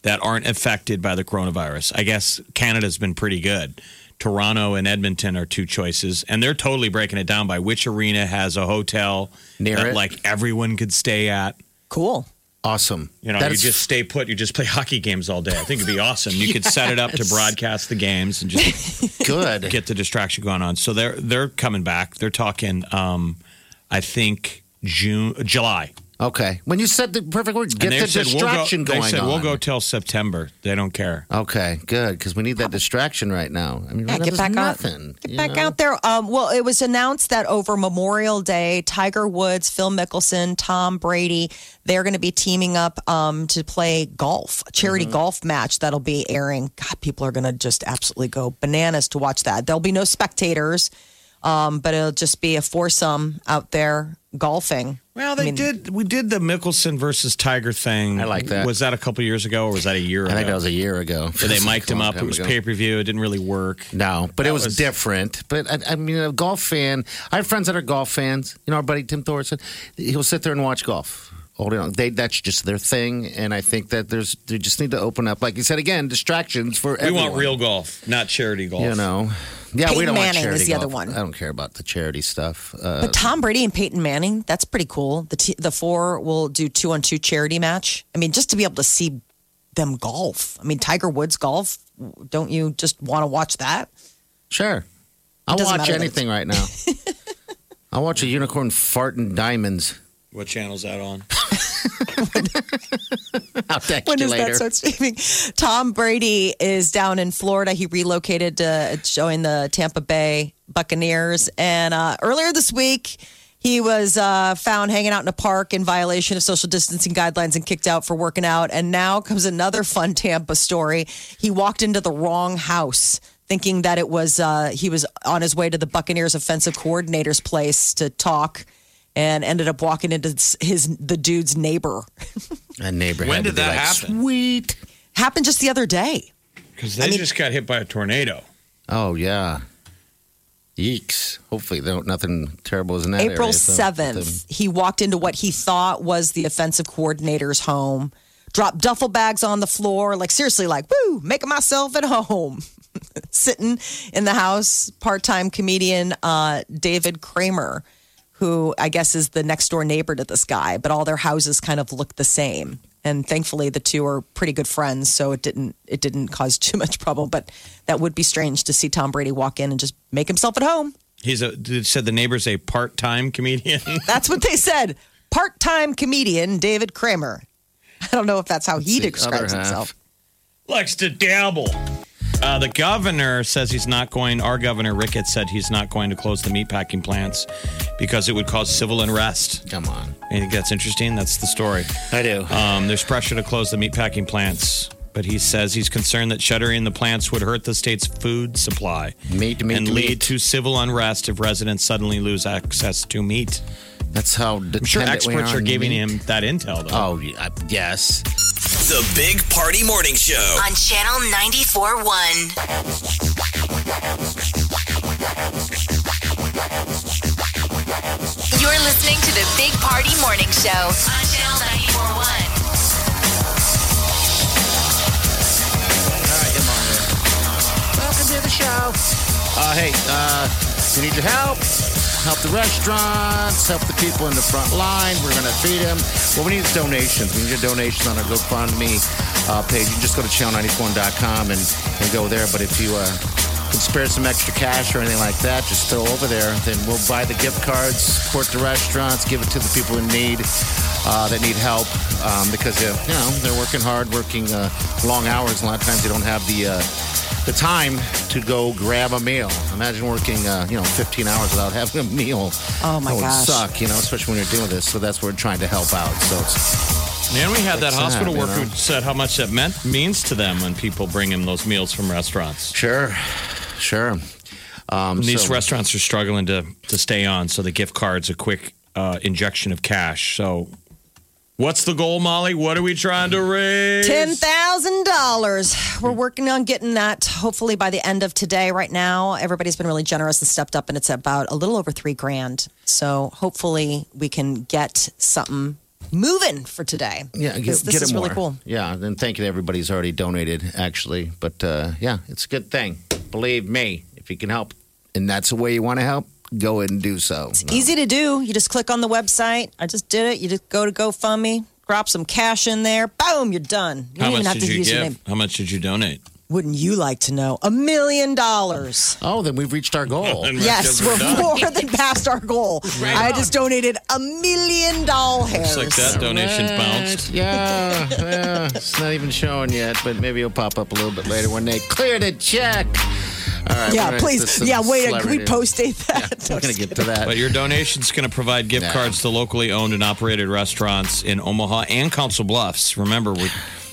Speaker 5: that aren't affected by the coronavirus. I guess Canada's been pretty good. Toronto and Edmonton are two choices, and they're totally breaking it down by which arena has a hotel
Speaker 6: Near
Speaker 5: that
Speaker 6: it.
Speaker 5: like everyone could stay at.
Speaker 4: cool.
Speaker 6: awesome.
Speaker 5: You know,
Speaker 6: That
Speaker 5: you
Speaker 6: is
Speaker 5: just stay put. You just play hockey games all day. I think it'd be awesome. You could set it up to broadcast the games and just
Speaker 6: good.
Speaker 5: get the distraction going on. So they're they're coming back. They're talking. Um, I think June, July.
Speaker 6: Okay. When you said the perfect word,
Speaker 5: And
Speaker 6: get
Speaker 5: they
Speaker 6: the
Speaker 5: said, we'll go-
Speaker 6: distraction
Speaker 5: they
Speaker 6: going
Speaker 5: said
Speaker 6: on.
Speaker 5: we'll go till September. They don't care.
Speaker 6: Okay, good because we need that distraction right now. I mean,
Speaker 4: Yeah,
Speaker 6: right now
Speaker 4: get
Speaker 6: there's
Speaker 4: back out-
Speaker 6: nothing. you
Speaker 4: Get back
Speaker 6: know?
Speaker 4: out there. Um, well, it was announced that over Memorial Day, Tiger Woods, Phil Mickelson, Tom Brady, they're going to be teaming up um, to play golf, a charity golf match that'll be airing. God, people are going to just absolutely go bananas to watch that. There'll be no spectators, um, but it'll just be a foursome out there golfing.
Speaker 5: Well, they did. We did the Mickelson versus Tiger thing.
Speaker 6: I like that.
Speaker 5: Was that a couple years ago, or was that a year
Speaker 6: I
Speaker 5: ago?
Speaker 6: think that was a year ago.
Speaker 5: Where they mic'd him
Speaker 6: Long
Speaker 5: up. It
Speaker 6: time
Speaker 5: was
Speaker 6: ago.
Speaker 5: pay per view. It didn't really work.
Speaker 6: No, but it was,
Speaker 5: was-
Speaker 6: different. But I, I mean, a golf fan. I have friends that are golf fans. You know, our buddy Tim Thorson. He'll sit there and watch golf. Hold on, they that's just their thing, and I think that there's they just need to open up. Like you said again, distractions for
Speaker 5: We
Speaker 6: everyone.
Speaker 5: want real golf, not charity golf.
Speaker 6: You know, yeah, we
Speaker 4: Peyton
Speaker 6: don't want
Speaker 4: Manning
Speaker 6: charity
Speaker 4: is the other
Speaker 6: golf.
Speaker 4: one.
Speaker 6: I don't care about the charity stuff. Uh,
Speaker 4: But Tom Brady and Peyton Manning, that's pretty cool. The t- the four will do two on two charity match. I mean, just to be able to see them golf. I mean, Tiger Woods golf. Don't you just want to watch that?
Speaker 6: sure, I'll
Speaker 4: doesn't
Speaker 6: watch
Speaker 4: matter that
Speaker 6: anything right now. I'll watch a unicorn farting diamonds.
Speaker 5: What channel's that on?
Speaker 6: I'll text
Speaker 4: When
Speaker 6: you
Speaker 4: does
Speaker 6: later.
Speaker 4: that start streaming? Tom Brady is down in Florida. He relocated to join the Tampa Bay Buccaneers. And uh, earlier this week, he was uh, found hanging out in a park in violation of social distancing guidelines and kicked out for working out. And now comes another fun Tampa story. He walked into the wrong house. Thinking that it was, uh, he was on his way to the Buccaneers offensive coordinator's place to talk and ended up walking into his, his the dude's neighbor.
Speaker 6: A neighbor.
Speaker 5: When
Speaker 6: had to
Speaker 5: did
Speaker 6: be
Speaker 5: that
Speaker 6: like,
Speaker 5: happen?
Speaker 6: Sweet.
Speaker 4: Happened just the other day.
Speaker 5: Because they just got hit by a tornado.
Speaker 6: Oh yeah. Yeeks. Hopefully, there nothing terrible is in that
Speaker 4: April
Speaker 6: area, so-
Speaker 4: 7th, he walked into what he thought was the offensive coordinator's home, dropped duffel bags on the floor, like seriously, like, woo, making myself at home. Sitting in the house, part time comedian uh, David Kramer, who I guess is the next door neighbor to this guy, but all their houses kind of look the same. And thankfully, the two are pretty good friends, so it didn't it didn't cause too much trouble. But that would be strange to see Tom Brady walk in and just make himself at home.
Speaker 5: He's a it said the neighbor's a part time comedian.
Speaker 4: That's what they said. Part time comedian David Kramer. I don't know if that's how he
Speaker 6: The
Speaker 4: describes
Speaker 6: other half.
Speaker 4: himself.
Speaker 5: Likes to dabble. Uh, the governor says he's not going. Our governor Ricketts said he's not going to close the meatpacking plants because it would cause civil unrest.
Speaker 6: Come on. Uh,
Speaker 5: You think that's interesting? That's the story.
Speaker 6: I do.
Speaker 5: Um, there's pressure to close the meatpacking plants, but he says he's concerned that shuttering the plants would hurt the state's food supply
Speaker 6: Meat, meat,
Speaker 5: and lead
Speaker 6: meat.
Speaker 5: to civil unrest if residents suddenly lose access to meat.
Speaker 6: That's how.
Speaker 5: I'm sure experts are giving him that intel, though.
Speaker 6: Oh yeah, yes.
Speaker 2: The Big Party Morning Show.
Speaker 3: on Channel 94.1. You're listening to the Big Party Morning Show on Channel 94.1.
Speaker 6: Welcome to the show. Uh, hey, uh, we need your help. Help the restaurants, help the people in the front line. We're going to feed them. What we need is donations. We need your donation on our GoFundMe uh, page. You can just go to channel94.com and, and go there. But if you uh, can spare some extra cash or anything like that, just throw over there. Then we'll buy the gift cards, support the restaurants, give it to the people in need uh, that need help um, because, uh, you know, they're working hard, working uh, long hours. A lot of times they don't have the. Uh, the time to go grab a meal. Imagine working, uh, you know, 15 hours without having a meal.
Speaker 4: Oh, my
Speaker 6: that would
Speaker 4: gosh.
Speaker 6: suck, you know, especially when you're doing this. So that's where we're trying to help out. So it's,
Speaker 5: And we had that
Speaker 6: Like
Speaker 5: hospital
Speaker 6: that, you
Speaker 5: worker
Speaker 6: know?
Speaker 5: who said how much that meant means to them when people bring him those meals from restaurants.
Speaker 6: sure, sure. Um,
Speaker 5: And these
Speaker 6: so-
Speaker 5: restaurants are struggling to to stay on, so the gift card's a quick uh, injection of cash. So, what's the goal, Molly? What are we trying to raise?
Speaker 4: Ten thousand dollars. We're working on getting that. Hopefully by the end of today. Right now, everybody's been really generous and stepped up, and it's about a little over three grand. So hopefully we can get something moving for today.
Speaker 6: Yeah, get,
Speaker 4: 'Cause this
Speaker 6: get
Speaker 4: is
Speaker 6: it
Speaker 4: really
Speaker 6: more.
Speaker 4: cool.
Speaker 6: Yeah, and thank you to everybody who's already donated, actually. But uh, yeah, it's a good thing. Believe me, if you can help, and that's the way you want to help, go ahead and do so.
Speaker 4: Easy to do. You just click on the website. I just did it. You just go to GoFundMe, drop some cash in there. Boom, you're done. You
Speaker 5: How
Speaker 4: don't
Speaker 5: much
Speaker 4: even have
Speaker 5: did
Speaker 4: to
Speaker 5: you
Speaker 4: use your
Speaker 5: give?
Speaker 4: name.
Speaker 5: How much did you donate?
Speaker 4: Wouldn't you like to know? A million dollars.
Speaker 6: Oh, then we've reached our goal.
Speaker 5: And
Speaker 4: Yes,
Speaker 5: we're
Speaker 4: we're
Speaker 5: done.
Speaker 4: more than past our goal. I just donated a million doll hairs.
Speaker 5: Looks like that donation's bounced.
Speaker 6: Right. Yeah, yeah. It's not even showing yet, but maybe it'll pop up a little bit later when they clear the check. All right.
Speaker 4: Yeah,
Speaker 6: we're gonna-
Speaker 4: please.
Speaker 6: this is
Speaker 4: Yeah, wait. Can
Speaker 6: celebrity.
Speaker 4: we post date that?
Speaker 6: We're gonna get to that.
Speaker 5: But your donation's going to provide gift
Speaker 6: Nah.
Speaker 5: cards to locally owned and operated restaurants in Omaha and Council Bluffs. Remember, we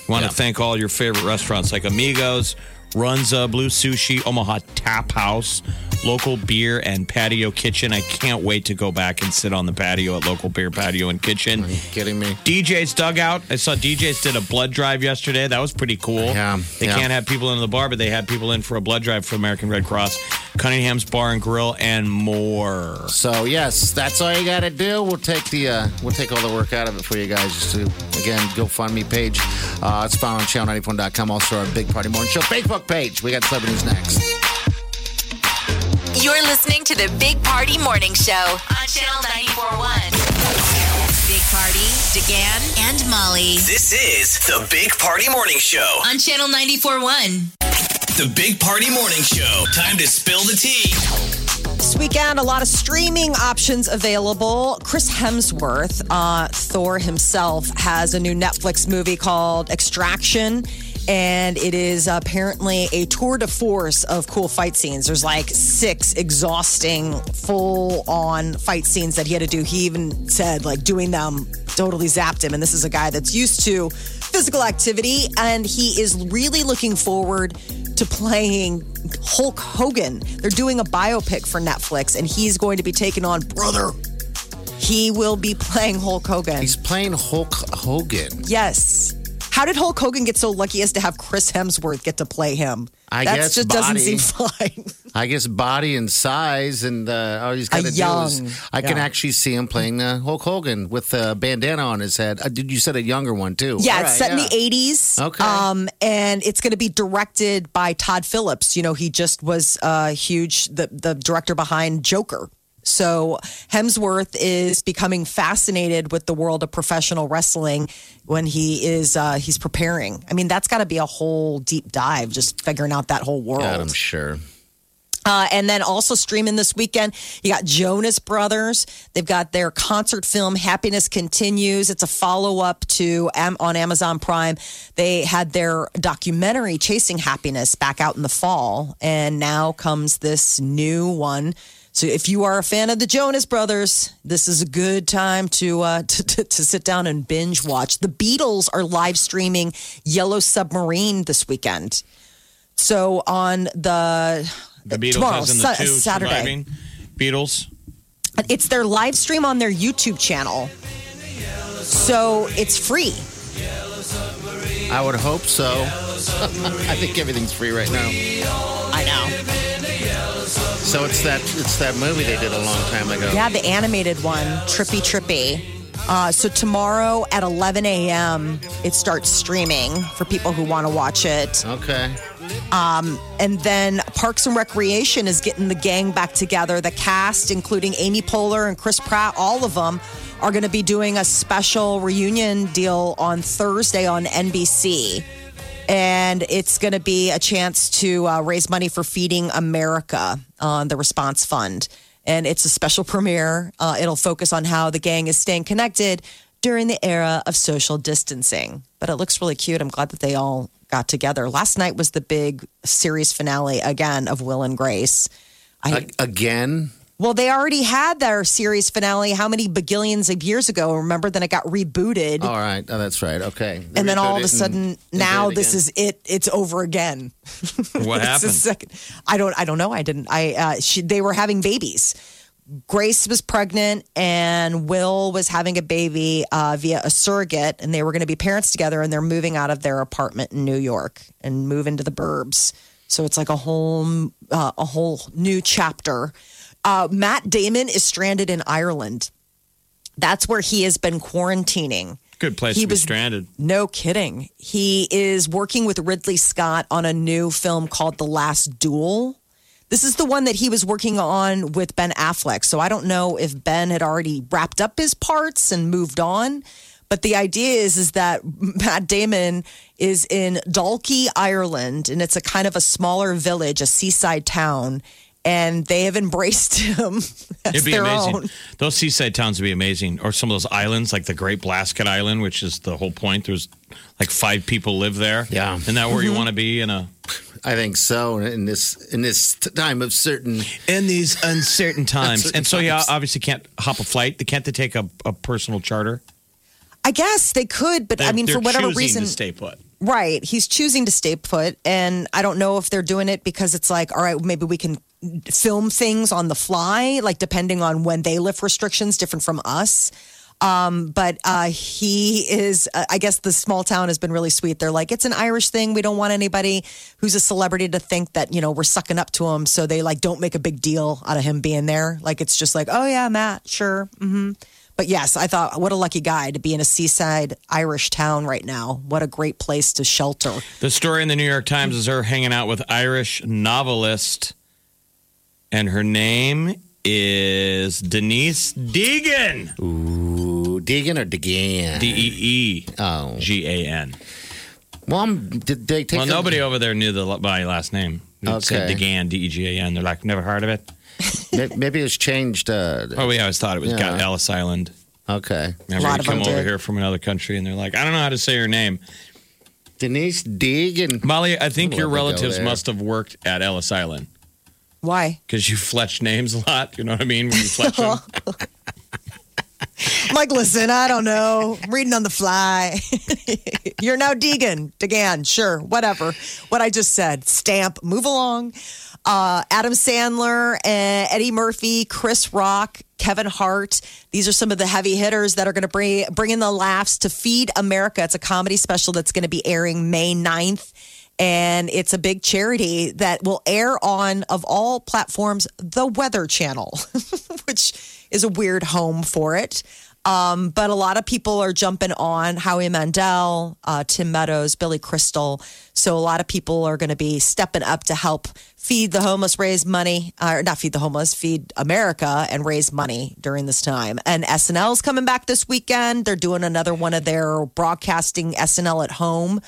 Speaker 5: want to thank all your favorite restaurants like Amigos, Runza, Blue Sushi, Omaha Tap House, local beer and patio kitchen. I can't wait to go back and sit on the patio at local beer patio and kitchen.
Speaker 6: kidding me?
Speaker 5: DJ's dugout. I saw DJ's did a blood drive yesterday. That was pretty cool.
Speaker 6: Yeah,
Speaker 5: They
Speaker 6: yeah.
Speaker 5: can't have people in the bar, but they had people in for a blood drive for American Red Cross, Cunningham's Bar and Grill, and more.
Speaker 6: So yes, that's all you gotta do. We'll take the uh, we'll take all the work out of it for you guys. Just to again, GoFundMe page. Uh, it's found on channel94.com. Also, our Big Party Morning Show Facebook page. We got celebrities next.
Speaker 3: You're listening to the Big Party Morning Show on Channel 94.1. Big Party, DeGan, and Molly
Speaker 2: This is the Big Party Morning Show.
Speaker 3: on Channel 94.1.
Speaker 2: The Big Party Morning Show. Time to spill the tea.
Speaker 4: This weekend, a lot of streaming options available. Chris Hemsworth, uh, Thor himself, has a new Netflix movie called Extraction. And it is apparently a tour de force of cool fight scenes. There's like six exhausting, full on fight scenes that he had to do. He even said, like, doing them totally zapped him. And this is a guy that's used to physical activity, and he is really looking forward to playing Hulk Hogan. They're doing a biopic for Netflix, and he's going to be taking on Brother He will be playing Hulk Hogan.
Speaker 6: He's playing Hulk Hogan.
Speaker 4: yes. How did Hulk Hogan get so lucky as to have Chris Hemsworth get to play him?
Speaker 6: I
Speaker 4: that
Speaker 6: guess
Speaker 4: just doesn't
Speaker 6: body.
Speaker 4: seem fine.
Speaker 6: I guess body and size, and uh, all he's got to
Speaker 4: A
Speaker 6: do
Speaker 4: young,
Speaker 6: is I can
Speaker 4: yeah.
Speaker 6: actually see him playing uh, Hulk Hogan with a bandana on his head. Uh, did you said a younger one too?
Speaker 4: Yeah,
Speaker 6: All
Speaker 4: it's
Speaker 6: right,
Speaker 4: set
Speaker 6: yeah.
Speaker 4: in the 80s.
Speaker 6: Okay.
Speaker 4: Um, and it's going to be directed by Todd Phillips. You know, he just was uh, huge, the, the director behind Joker. So Hemsworth is becoming fascinated with the world of professional wrestling when he is uh, he's preparing. I mean, that's got to be a whole deep dive, just figuring out that whole world.
Speaker 6: God, I'm sure.
Speaker 4: Uh, and then also streaming this weekend, you got Jonas Brothers. They've got their concert film "Happiness Continues." It's a follow up to Am- on Amazon Prime. They had their documentary "Chasing Happiness" back out in the fall, and now comes this new one. So, if you are a fan of the Jonas Brothers, this is a good time to uh, to, to, to sit down and binge watch. The Beatles are live streaming "Yellow Submarine" this weekend. So on the
Speaker 5: The Beatles
Speaker 4: tomorrow,
Speaker 5: as in the two
Speaker 4: Sa- uh, Saturday,
Speaker 5: surviving Beatles.
Speaker 4: it's their live stream on their YouTube channel. So it's free.
Speaker 6: I would hope so. I think everything's free right now.
Speaker 4: I know.
Speaker 6: So it's that it's that movie they did a long time ago.
Speaker 4: Yeah, the animated one, Trippy Trippy. Uh, so tomorrow at 11 a.m., it starts streaming for people who want to watch it.
Speaker 6: Okay.
Speaker 4: And then Parks and Recreation is getting the gang back together. The cast, including Amy Poehler and Chris Pratt, all of them are going to be doing a special reunion deal on Thursday on NBC. And it's going to be a chance to uh, raise money for Feeding America on the Response Fund. And it's a special premiere. Uh, it'll focus on how the gang is staying connected during the era of social distancing. But it looks really cute. I'm glad that they all got together. Last night was the big series finale again of Will and Grace. I,
Speaker 6: A- again.
Speaker 4: well, they already had their series finale how many bagillions of years ago? Remember, then it got rebooted.
Speaker 6: All right. Oh, that's right. Okay. They
Speaker 4: and then all
Speaker 6: reboot
Speaker 4: of
Speaker 6: it
Speaker 4: a
Speaker 6: and-
Speaker 4: sudden,
Speaker 6: and do
Speaker 4: now
Speaker 6: it
Speaker 4: this
Speaker 6: again.
Speaker 4: is it. It's over again.
Speaker 5: What
Speaker 4: It's the
Speaker 5: happened?
Speaker 4: second. I don't. I don't know. I didn't. I. Uh, she, they were having babies. Grace was pregnant, and Will was having a baby uh, via a surrogate, and they were going to be parents together. And they're moving out of their apartment in New York and move into the burbs. So it's like a whole uh, a whole new chapter. Uh, Matt Damon is stranded in Ireland. That's where he has been quarantining.
Speaker 5: Good place
Speaker 4: He
Speaker 5: to be
Speaker 4: was-
Speaker 5: stranded.
Speaker 4: No kidding. He is working with Ridley Scott on a new film called The Last Duel. This is the one that he was working on with Ben Affleck. So I don't know if Ben had already wrapped up his parts and moved on, but the idea is is that Matt Damon is in Dalkey, Ireland, and it's a kind of a smaller village, a seaside town, and they have embraced him as
Speaker 5: It'd be
Speaker 4: their
Speaker 5: amazing.
Speaker 4: own.
Speaker 5: Those seaside towns would be amazing, or some of those islands, like the Great Blasket Island, which is the whole point. There's like five people live there.
Speaker 6: Yeah.
Speaker 5: isn't that where
Speaker 4: Mm-hmm.
Speaker 5: you want to be in a
Speaker 6: I think so. In this in this time of certain,
Speaker 5: in these uncertain times?
Speaker 6: Uncertain
Speaker 5: and so, yeah,
Speaker 6: times.
Speaker 5: obviously can't hop a flight. They can't they take a, a personal charter.
Speaker 4: I guess they could, but I
Speaker 5: They're-
Speaker 4: mean,
Speaker 5: they're
Speaker 4: for whatever
Speaker 5: choosing
Speaker 4: reason,
Speaker 5: to stay put.
Speaker 4: Right. He's choosing to stay put. And I don't know if they're doing it because it's like, all right, maybe we can film things on the fly, like depending on when they lift restrictions, different from us. Um, but uh, he is, uh, I guess the small town has been really sweet. They're like, it's an Irish thing. We don't want anybody who's a celebrity to think that, you know, we're sucking up to him. So they like don't make a big deal out of him being there. Like it's just like, oh, yeah, Matt, sure. mm-hmm." But yes, I thought, what a lucky guy to be in a seaside Irish town right now. What a great place to shelter.
Speaker 5: The story in the New York Times is her hanging out with Irish novelist, and her name is Denise Deegan.
Speaker 6: ooh, Deegan or Degan?
Speaker 5: D E E
Speaker 6: oh,
Speaker 5: G A N.
Speaker 6: well, I'm, did they take?
Speaker 5: Well,
Speaker 6: a-
Speaker 5: nobody over there knew the my last name. It said
Speaker 6: Okay.
Speaker 5: Degan, D E G A N. They're like, never heard of it.
Speaker 6: may- Maybe it's changed. Uh,
Speaker 5: Oh, we always thought it was
Speaker 6: Yeah.
Speaker 5: got Ellis Island.
Speaker 6: okay,
Speaker 5: Remember,
Speaker 4: A lot
Speaker 5: you
Speaker 4: of
Speaker 5: come
Speaker 4: them
Speaker 5: over
Speaker 4: did.
Speaker 5: here from another country, and they're like, I don't know how to say your name.
Speaker 6: Denise Deegan.
Speaker 5: Molly, I think
Speaker 6: I'd
Speaker 5: your
Speaker 6: love to go
Speaker 5: relatives
Speaker 6: there.
Speaker 5: must have worked at Ellis Island
Speaker 4: Why?
Speaker 5: because you fletch names a lot. You know what I mean? When you fletch them.
Speaker 4: like, listen, I don't know. I'm reading on the fly. You're now Deegan. Degan, sure, whatever. What I just said. Stamp, move along. Uh, Adam Sandler, eh, Eddie Murphy, Chris Rock, Kevin Hart. These are some of the heavy hitters that are going to bring, bring in the laughs to Feed America. It's a comedy special that's going to be airing May 9th and it's a big charity that will air on of all platforms the weather channel which is a weird home for it um, but a lot of people are jumping on howie mandel uh, tim meadows billy crystal so a lot of people are going to be stepping up to help feed the homeless raise money uh, or not feed the homeless feed america and raise money during this time and snl's coming back this weekend they're doing another one of their broadcasting snl at home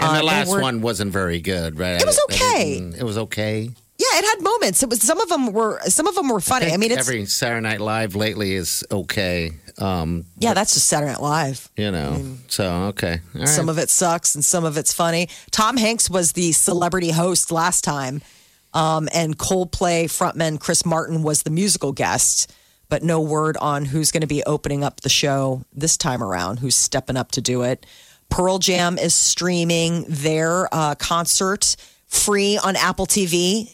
Speaker 6: And
Speaker 4: Uh,
Speaker 6: the
Speaker 4: they
Speaker 6: last
Speaker 4: were-
Speaker 6: one wasn't very good, right?
Speaker 4: It was
Speaker 6: I- I
Speaker 4: okay.
Speaker 6: didn't- It was okay.
Speaker 4: Yeah, it had moments. It was some of them were some of them were funny. I, mean, it's
Speaker 6: every Saturday Night Live lately is okay. Um,
Speaker 4: yeah, that's just Saturday Night Live.
Speaker 6: you know, so okay. All right.
Speaker 4: Mm. Some of it sucks and some of it's funny. Tom Hanks was the celebrity host last time, um, and Coldplay frontman Chris Martin was the musical guest. But no word on who's going to be opening up the show this time around. Who's stepping up to do it? Pearl Jam is streaming their uh, concert free on Apple TV.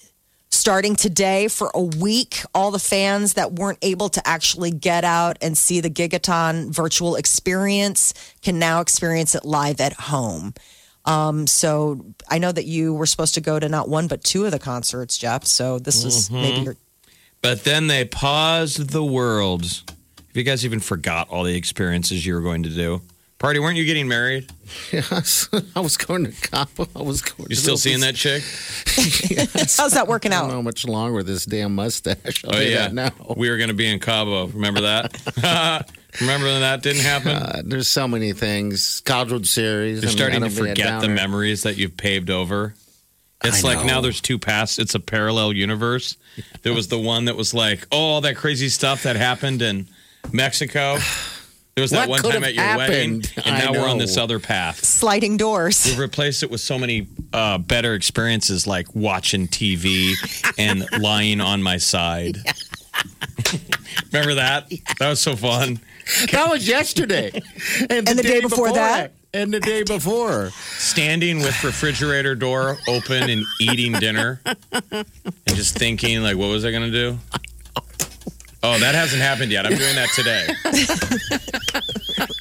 Speaker 4: starting today for a week. All the fans that weren't able to actually get out and see the Gigaton virtual experience can now experience it live at home. Um, so I know that you were supposed to go to not one but two of the concerts, Jeff. So this is maybe your
Speaker 5: But then they paused the world. Have you guys even forgot all the experiences you were going to do? Party, weren't you getting married?
Speaker 6: yes, I was going to cop. I was going.
Speaker 5: You
Speaker 6: to
Speaker 5: still
Speaker 6: Little
Speaker 5: seeing that chick?
Speaker 4: how's that working
Speaker 6: I don't know
Speaker 4: out?
Speaker 6: how much longer with this damn mustache. I'll
Speaker 5: Oh
Speaker 6: do
Speaker 5: yeah,
Speaker 6: that now.
Speaker 5: we were going to be in Cabo. Remember that? Remember when that didn't happen?
Speaker 6: Uh, there's so many things. College World Series.
Speaker 5: You're
Speaker 6: I mean,
Speaker 5: starting
Speaker 6: I
Speaker 5: to
Speaker 6: don't mean a
Speaker 5: forget the
Speaker 6: downer.
Speaker 5: memories that you've paved over. It's
Speaker 6: I
Speaker 5: like now
Speaker 6: know.
Speaker 5: there's two paths. It's a parallel universe. There was the one that was like, oh, all that crazy stuff that happened in Mexico. There was that
Speaker 6: What
Speaker 5: one
Speaker 6: could
Speaker 5: time
Speaker 6: have
Speaker 5: at your
Speaker 6: happened?
Speaker 5: wedding, and
Speaker 6: I
Speaker 5: now we're on
Speaker 6: know.
Speaker 5: this other path.
Speaker 4: Sliding doors.
Speaker 5: We've replaced it with so many uh, better experiences, like watching TV and lying on my side. Remember that? That was so fun.
Speaker 6: That was yesterday, and
Speaker 4: the day before that?
Speaker 6: and the day before.
Speaker 5: standing with refrigerator door open and eating dinner and just thinking like what was i going to do oh that hasn't happened yet i'm doing that today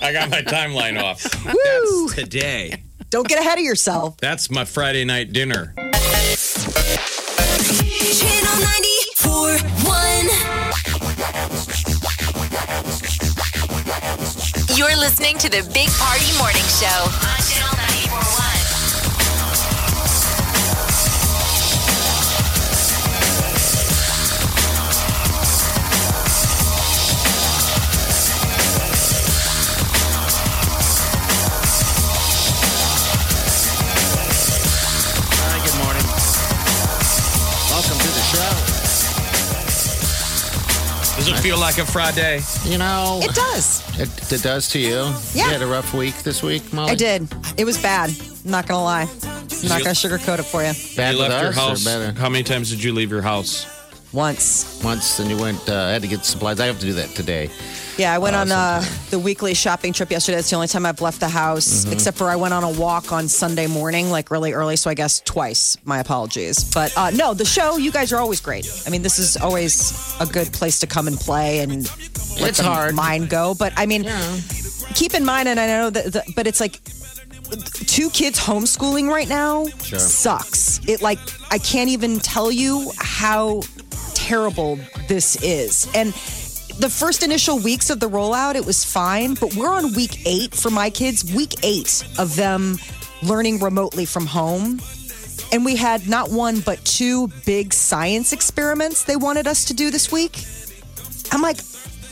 Speaker 5: i got my timeline off that's today
Speaker 4: Don't get ahead of yourself.
Speaker 5: that's my friday night dinner
Speaker 3: Channel 94.1. You're listening to the Big Party Morning Show on Channel 94.1.
Speaker 6: Hi, good morning. Welcome to the show.
Speaker 5: does it feel like a friday
Speaker 6: You know,
Speaker 4: It does.
Speaker 6: it, it does to you.
Speaker 4: Yeah.
Speaker 6: You had a rough week this week, Molly.
Speaker 4: I did. It was bad. I'm not gonna lie. I'm not gonna sugarcoat it for you.
Speaker 6: Bad
Speaker 5: you
Speaker 6: with
Speaker 5: left your
Speaker 6: us
Speaker 5: house
Speaker 6: or better?
Speaker 5: how many times did you leave your house
Speaker 4: Once.
Speaker 6: Once, and you went. Uh, I had to get supplies. I have to do that today.
Speaker 4: Yeah, I went on uh, the weekly shopping trip yesterday. It's the only time I've left the house, except for I went on a walk on Sunday morning, like really early. So I guess twice. My apologies. But uh, no, the show, you guys are always great. I mean, this is always a good place to come and play and let
Speaker 6: It's
Speaker 4: the
Speaker 6: hard.
Speaker 4: mind go. But I mean, keep in mind, and I know that, the, but it's like two kids homeschooling right now sucks. It like I can't even tell you how terrible this is. And the first initial weeks of the rollout, it was fine, but we're on week eight for my kids. Week eight of them learning remotely from home. And we had not one, but two big science experiments they wanted us to do this week. I'm like,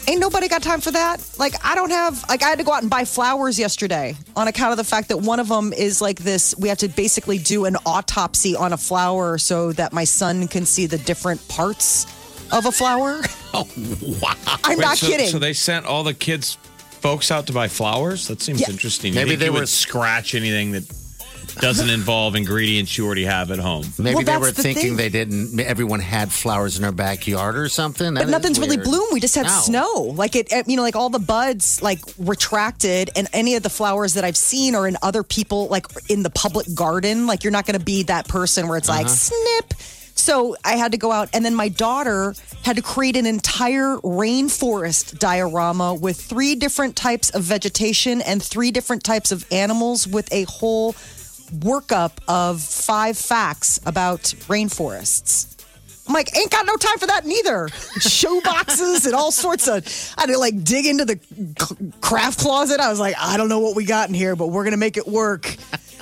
Speaker 4: ain't nobody got time for that. Like, I don't have, like, I had to go out and buy flowers yesterday on account of the fact that one of them is like this. We have to basically do an autopsy on a flower so that my son can see the different parts of a flower. Oh, wow. I'm
Speaker 5: Wait,
Speaker 4: not
Speaker 5: so,
Speaker 4: kidding.
Speaker 5: so they sent all the kids folks out to buy flowers that seems
Speaker 4: Yeah.
Speaker 5: interesting You
Speaker 6: Maybe
Speaker 5: think
Speaker 6: they
Speaker 5: you
Speaker 6: were-
Speaker 5: would scratch anything that doesn't involve ingredients you already have at home.
Speaker 6: Maybe
Speaker 4: Well,
Speaker 6: they
Speaker 4: that's
Speaker 6: were
Speaker 4: the
Speaker 6: thinking
Speaker 4: thing.
Speaker 6: they didn't. Everyone had flowers in their backyard or something. That
Speaker 4: But
Speaker 6: is
Speaker 4: nothing's really
Speaker 6: weird.
Speaker 4: bloomed. We just had
Speaker 6: No.
Speaker 4: snow. Like it, it- you know, like all the buds like retracted, and any of the flowers that I've seen are in other people, like in the public garden. Like you're not going to be that person where it's
Speaker 6: Uh-huh.
Speaker 4: like snip. So I had to go out, and then my daughter had to create an entire rainforest diorama with three different types of vegetation and three different types of animals, with a whole workup of five facts about rainforests. I'm like, ain't got no time for that neither. Show boxes and all sorts of. I had to like dig into the c- craft closet. I was like, I don't know what we got in here, but we're gonna make it work.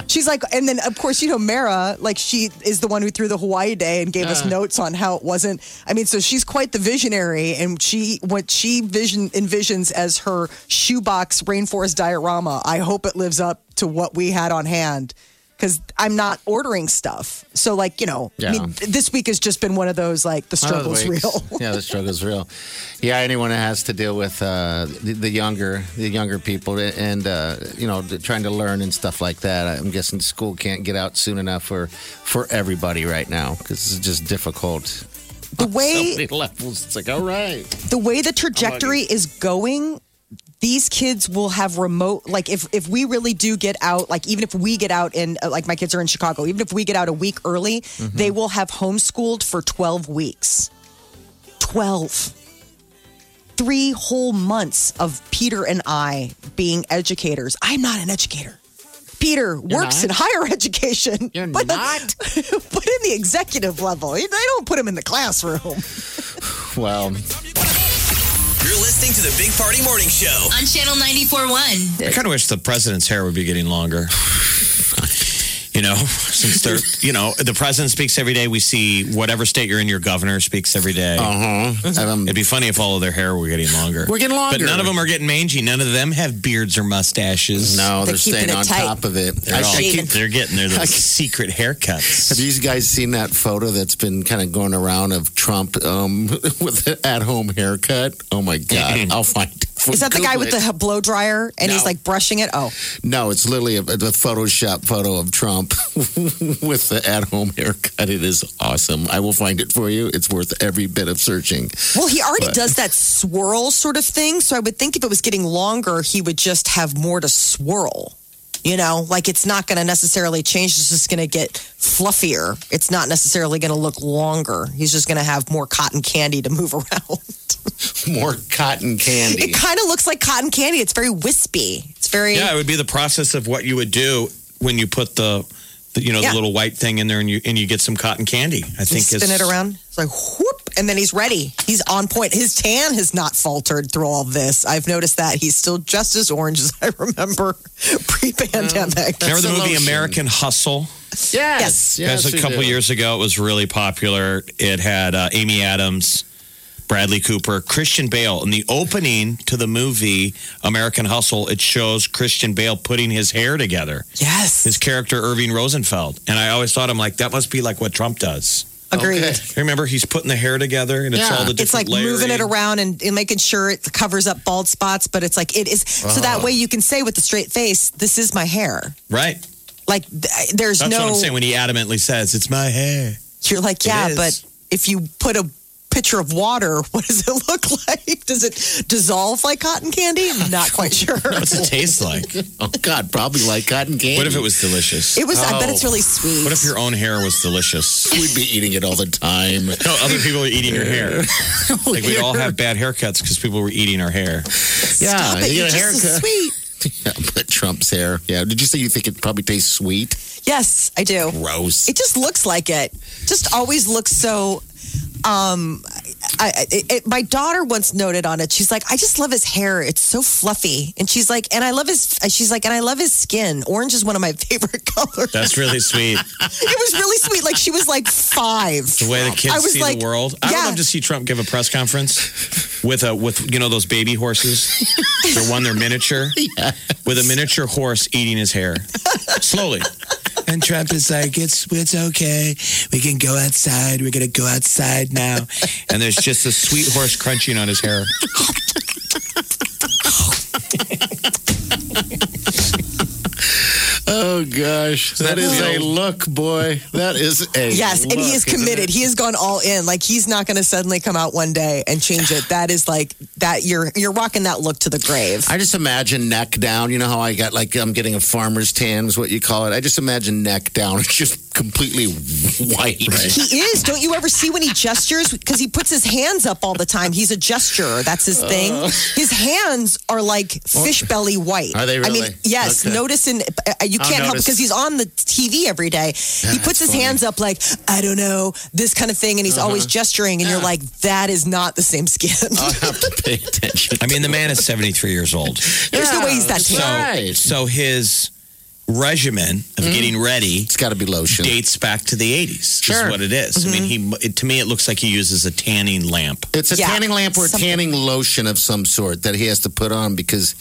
Speaker 4: She's like, and then of course you know Mara, like she is the one who threw the Hawaii Day and gave us notes on how it wasn't. I mean, so she's quite the visionary, and she what she vision envisions as her shoebox rainforest diorama. I hope it lives up to what we had on hand because I'm not ordering stuff. So, like, you know, I
Speaker 6: Yeah.
Speaker 4: mean, th- this week has just been one of those like the
Speaker 6: One of those
Speaker 4: struggle's
Speaker 6: weeks.
Speaker 4: real.
Speaker 6: yeah, the struggle's real. Yeah, anyone that has to deal with uh, the, the younger, the younger people, and uh, you know, trying to learn and stuff like that. I'm guessing school can't get out soon enough for for everybody right now because it's just difficult.
Speaker 4: The
Speaker 6: so
Speaker 4: way
Speaker 6: many levels. It's like, all right.
Speaker 4: the way the trajectory is going, these kids will have remote like if if we really do get out, like even if we get out in uh, like my kids are in Chicago, even if we get out a week early,
Speaker 6: Mm-hmm.
Speaker 4: they will have homeschooled for 12 weeks. 12 Three whole months of Peter and I being educators. I'm not an educator. Peter works in
Speaker 6: not?
Speaker 4: higher education.
Speaker 6: You're
Speaker 4: but the-
Speaker 6: not?
Speaker 4: but in the executive level, they don't put him in the classroom.
Speaker 6: Well,
Speaker 2: You're listening to the Big Party Morning Show.
Speaker 3: On Channel 94.1.
Speaker 5: I kind of wish the president's hair would be getting longer. You know, since they're, you know, the president speaks every day. We see whatever state you're in, your governor speaks every day.
Speaker 6: um,
Speaker 5: It'd be funny if all of their hair were getting longer.
Speaker 6: We're getting
Speaker 5: But
Speaker 6: longer.
Speaker 5: none of them are getting mangy. None of them have beards or mustaches.
Speaker 6: no, they're,
Speaker 4: They're keeping
Speaker 6: staying
Speaker 4: it
Speaker 6: on
Speaker 4: tight.
Speaker 6: top of it.
Speaker 5: They're,
Speaker 6: I- I
Speaker 5: all,
Speaker 6: keep-
Speaker 5: they're getting their little secret haircuts.
Speaker 6: Have you guys seen that photo that's been kind of going around of Trump um, with an at-home haircut? Oh my God! I'll find. It.
Speaker 4: Is that the guy with the blow dryer and he's
Speaker 6: No.
Speaker 4: like brushing it? Oh,
Speaker 6: No, it's literally a, the Photoshop photo of Trump with the at-home haircut. It is awesome. I will find it for you. It's worth every bit of searching.
Speaker 4: well, he already
Speaker 6: But-
Speaker 4: does that swirl sort of thing. So I would think if it was getting longer, he would just have more to swirl. You know, like it's not going to necessarily change. It's just going to get fluffier. It's not necessarily going to look longer. He's just going to have more cotton candy to move around.
Speaker 6: More cotton candy.
Speaker 4: It kind of looks like cotton candy. It's very wispy. It's very.
Speaker 5: Yeah, it would be the process of what you would do when you put the, the you know,
Speaker 4: Yeah.
Speaker 5: the little white thing in there and you and you get some cotton candy. I
Speaker 4: You
Speaker 5: think
Speaker 4: spin
Speaker 5: is-
Speaker 4: it around. It's like whoop, and then he's ready. He's on point. His tan has not faltered through all this. I've noticed that he's still just as orange as I remember pre-pandemic.
Speaker 5: Remember the
Speaker 6: That's
Speaker 5: movie
Speaker 6: the lotion.
Speaker 5: American Hustle?
Speaker 4: Yes.
Speaker 6: yes.
Speaker 5: That was
Speaker 6: we
Speaker 5: a couple
Speaker 6: do.
Speaker 5: years ago. It was really popular. It had uh, Amy Adams, Bradley Cooper, Christian Bale. In the opening to the movie American Hustle, it shows Christian Bale putting his hair together.
Speaker 4: yes,
Speaker 5: His character Irving Rosenfeld, and I always thought I'm like that must be like what Trump does.
Speaker 4: agreed.
Speaker 6: Okay.
Speaker 5: Remember, he's putting the hair together, and it's
Speaker 6: Yeah.
Speaker 5: all the different
Speaker 4: It's like moving it
Speaker 5: layering.
Speaker 4: around and, and making sure it covers up bald spots, but it's like it is. So
Speaker 5: Ah.
Speaker 4: that way you can say with a straight face, "This is my hair."
Speaker 5: right?
Speaker 4: Like th- there's
Speaker 5: That's what
Speaker 4: no.
Speaker 5: I'm saying when he adamantly says, It's my hair.
Speaker 4: You're like,
Speaker 5: It
Speaker 4: yeah,
Speaker 5: is.
Speaker 4: but if you put a picture of water, what does it look like? Does it dissolve like cotton candy? Not quite sure.
Speaker 5: What's it taste like?
Speaker 6: Oh God, probably like cotton candy.
Speaker 5: What if it was delicious?
Speaker 4: It was. I bet
Speaker 6: Oh.
Speaker 4: it's really sweet.
Speaker 5: What if your own hair was delicious?
Speaker 6: We'd be eating it all the time.
Speaker 5: No, other people are eating your hair. Like we'd all have bad haircuts because people were eating our hair.
Speaker 6: yeah,
Speaker 4: Stop it!
Speaker 6: you
Speaker 4: You're
Speaker 6: get a
Speaker 4: just so
Speaker 6: haircut.
Speaker 4: sweet.
Speaker 6: Yeah, but Trump's hair. Yeah. Did you say you think it probably tastes sweet?
Speaker 4: Yes, I do.
Speaker 6: Gross.
Speaker 4: It just looks like it. Just always looks so. Um, I, I it, it- my daughter once noted on it. She's like, I just love his hair. It's so fluffy, and she's like, and I love his. She's like, and I love his skin. Orange is one of my favorite colors.
Speaker 5: That's really sweet.
Speaker 4: it was really sweet. Like she was like five.
Speaker 5: The way the
Speaker 4: I
Speaker 5: kids
Speaker 4: was
Speaker 5: see
Speaker 4: like,
Speaker 5: the world. I would
Speaker 4: yeah.
Speaker 5: love to see Trump give a press conference with a with you know those baby horses. they're one, they're miniature. With a miniature horse eating his hair. Slowly.
Speaker 10: And Trump is like, it's it's okay. We can go outside. We're gonna go outside now.
Speaker 5: And there's just a sweet horse crunching on his hair.
Speaker 6: Oh gosh, that is a look, boy. That is a
Speaker 4: Yes, and he
Speaker 6: look,
Speaker 4: is
Speaker 6: isn't
Speaker 4: committed.
Speaker 6: it?
Speaker 4: He has gone all in. Like he's not going to suddenly come out one day and change it. That is like that. You're you're rocking that look to the grave.
Speaker 6: I just imagine neck down. You know how I got like I'm getting a farmer's tan is what you call it. I just imagine neck down. It's just completely white.
Speaker 4: He is. Don't you ever see when he gestures? Because he puts his hands up all the time. He's a gesturer. That's
Speaker 6: Oh.
Speaker 4: his thing. His hands are like fish belly white.
Speaker 6: Are they
Speaker 4: I mean,
Speaker 6: really?
Speaker 4: yes.
Speaker 6: Okay.
Speaker 4: Notice in uh, you
Speaker 6: I'll
Speaker 4: can't help
Speaker 6: notice.
Speaker 4: because he's on the TV every day. he puts his
Speaker 6: funny. Uh-huh.
Speaker 4: hands up like I don't know this kind of thing, and he's always gesturing. And you're like, that is not the same skin.
Speaker 6: I'll have to pay attention.
Speaker 5: I mean, the man is 73 years old.
Speaker 4: There's no way he's that
Speaker 5: So,
Speaker 4: tan.
Speaker 6: Right.
Speaker 5: so his regimen of getting ready
Speaker 6: It's got to be lotion.
Speaker 5: dates back to the 80s.
Speaker 6: Sure.
Speaker 5: Is what it is. I mean, he it, to me, it looks like he uses a tanning lamp.
Speaker 6: It's a
Speaker 4: Yeah.
Speaker 6: tanning lamp or a
Speaker 4: Something.
Speaker 6: tanning lotion of some sort that he has to put on because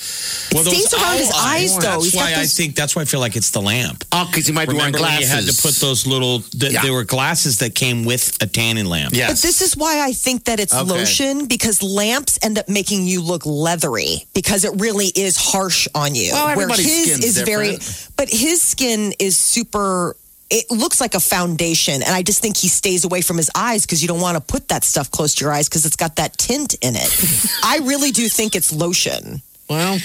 Speaker 5: Well, those
Speaker 4: stains around his
Speaker 5: owl
Speaker 4: eyes, though.
Speaker 5: That's
Speaker 4: He's got
Speaker 5: why I
Speaker 4: those-
Speaker 5: think. That's why I feel like it's the lamp.
Speaker 6: oh, because he might
Speaker 5: Remember
Speaker 6: be
Speaker 5: when
Speaker 6: wearing
Speaker 5: you
Speaker 6: glasses.
Speaker 5: had to put those little? Th-
Speaker 6: Yeah.
Speaker 5: There were glasses that came with a tanning lamp.
Speaker 6: Yes.
Speaker 4: But this is why I think that it's
Speaker 6: Okay.
Speaker 4: lotion because lamps end up making you look leathery because it really is harsh on you.
Speaker 6: Well, everybody's
Speaker 4: his
Speaker 6: skin's
Speaker 4: is very,
Speaker 6: different.
Speaker 4: but his skin is super. It looks like a foundation, and I just think he stays away from his eyes because you don't want to put that stuff close to your eyes because it's got that tint in it. I really do think it's lotion.
Speaker 6: well,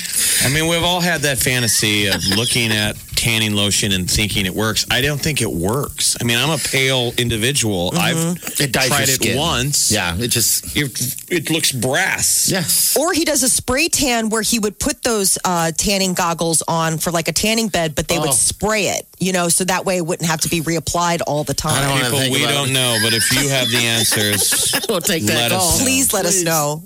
Speaker 5: I mean, we've all had that fantasy of looking at tanning lotion and thinking it works. I don't think it works. I mean, I'm a pale individual. I've
Speaker 6: it Mm-hmm. dyes
Speaker 5: tried
Speaker 6: your
Speaker 5: it
Speaker 6: skin.
Speaker 5: once.
Speaker 6: Yeah, it just
Speaker 5: It, it looks brass.
Speaker 6: yes.
Speaker 4: Or he does a spray tan where he would put those uh, tanning goggles on for like a tanning bed, but they would
Speaker 6: Oh.
Speaker 4: spray it, you know, so that way it wouldn't have to be reapplied all the time.
Speaker 6: I don't wanna
Speaker 5: People,
Speaker 6: think
Speaker 5: we
Speaker 6: about
Speaker 5: don't
Speaker 6: it.
Speaker 5: know, but if you have the answers,
Speaker 6: We'll take
Speaker 5: Let
Speaker 6: that
Speaker 5: us
Speaker 6: call.
Speaker 5: know.
Speaker 4: please let us know.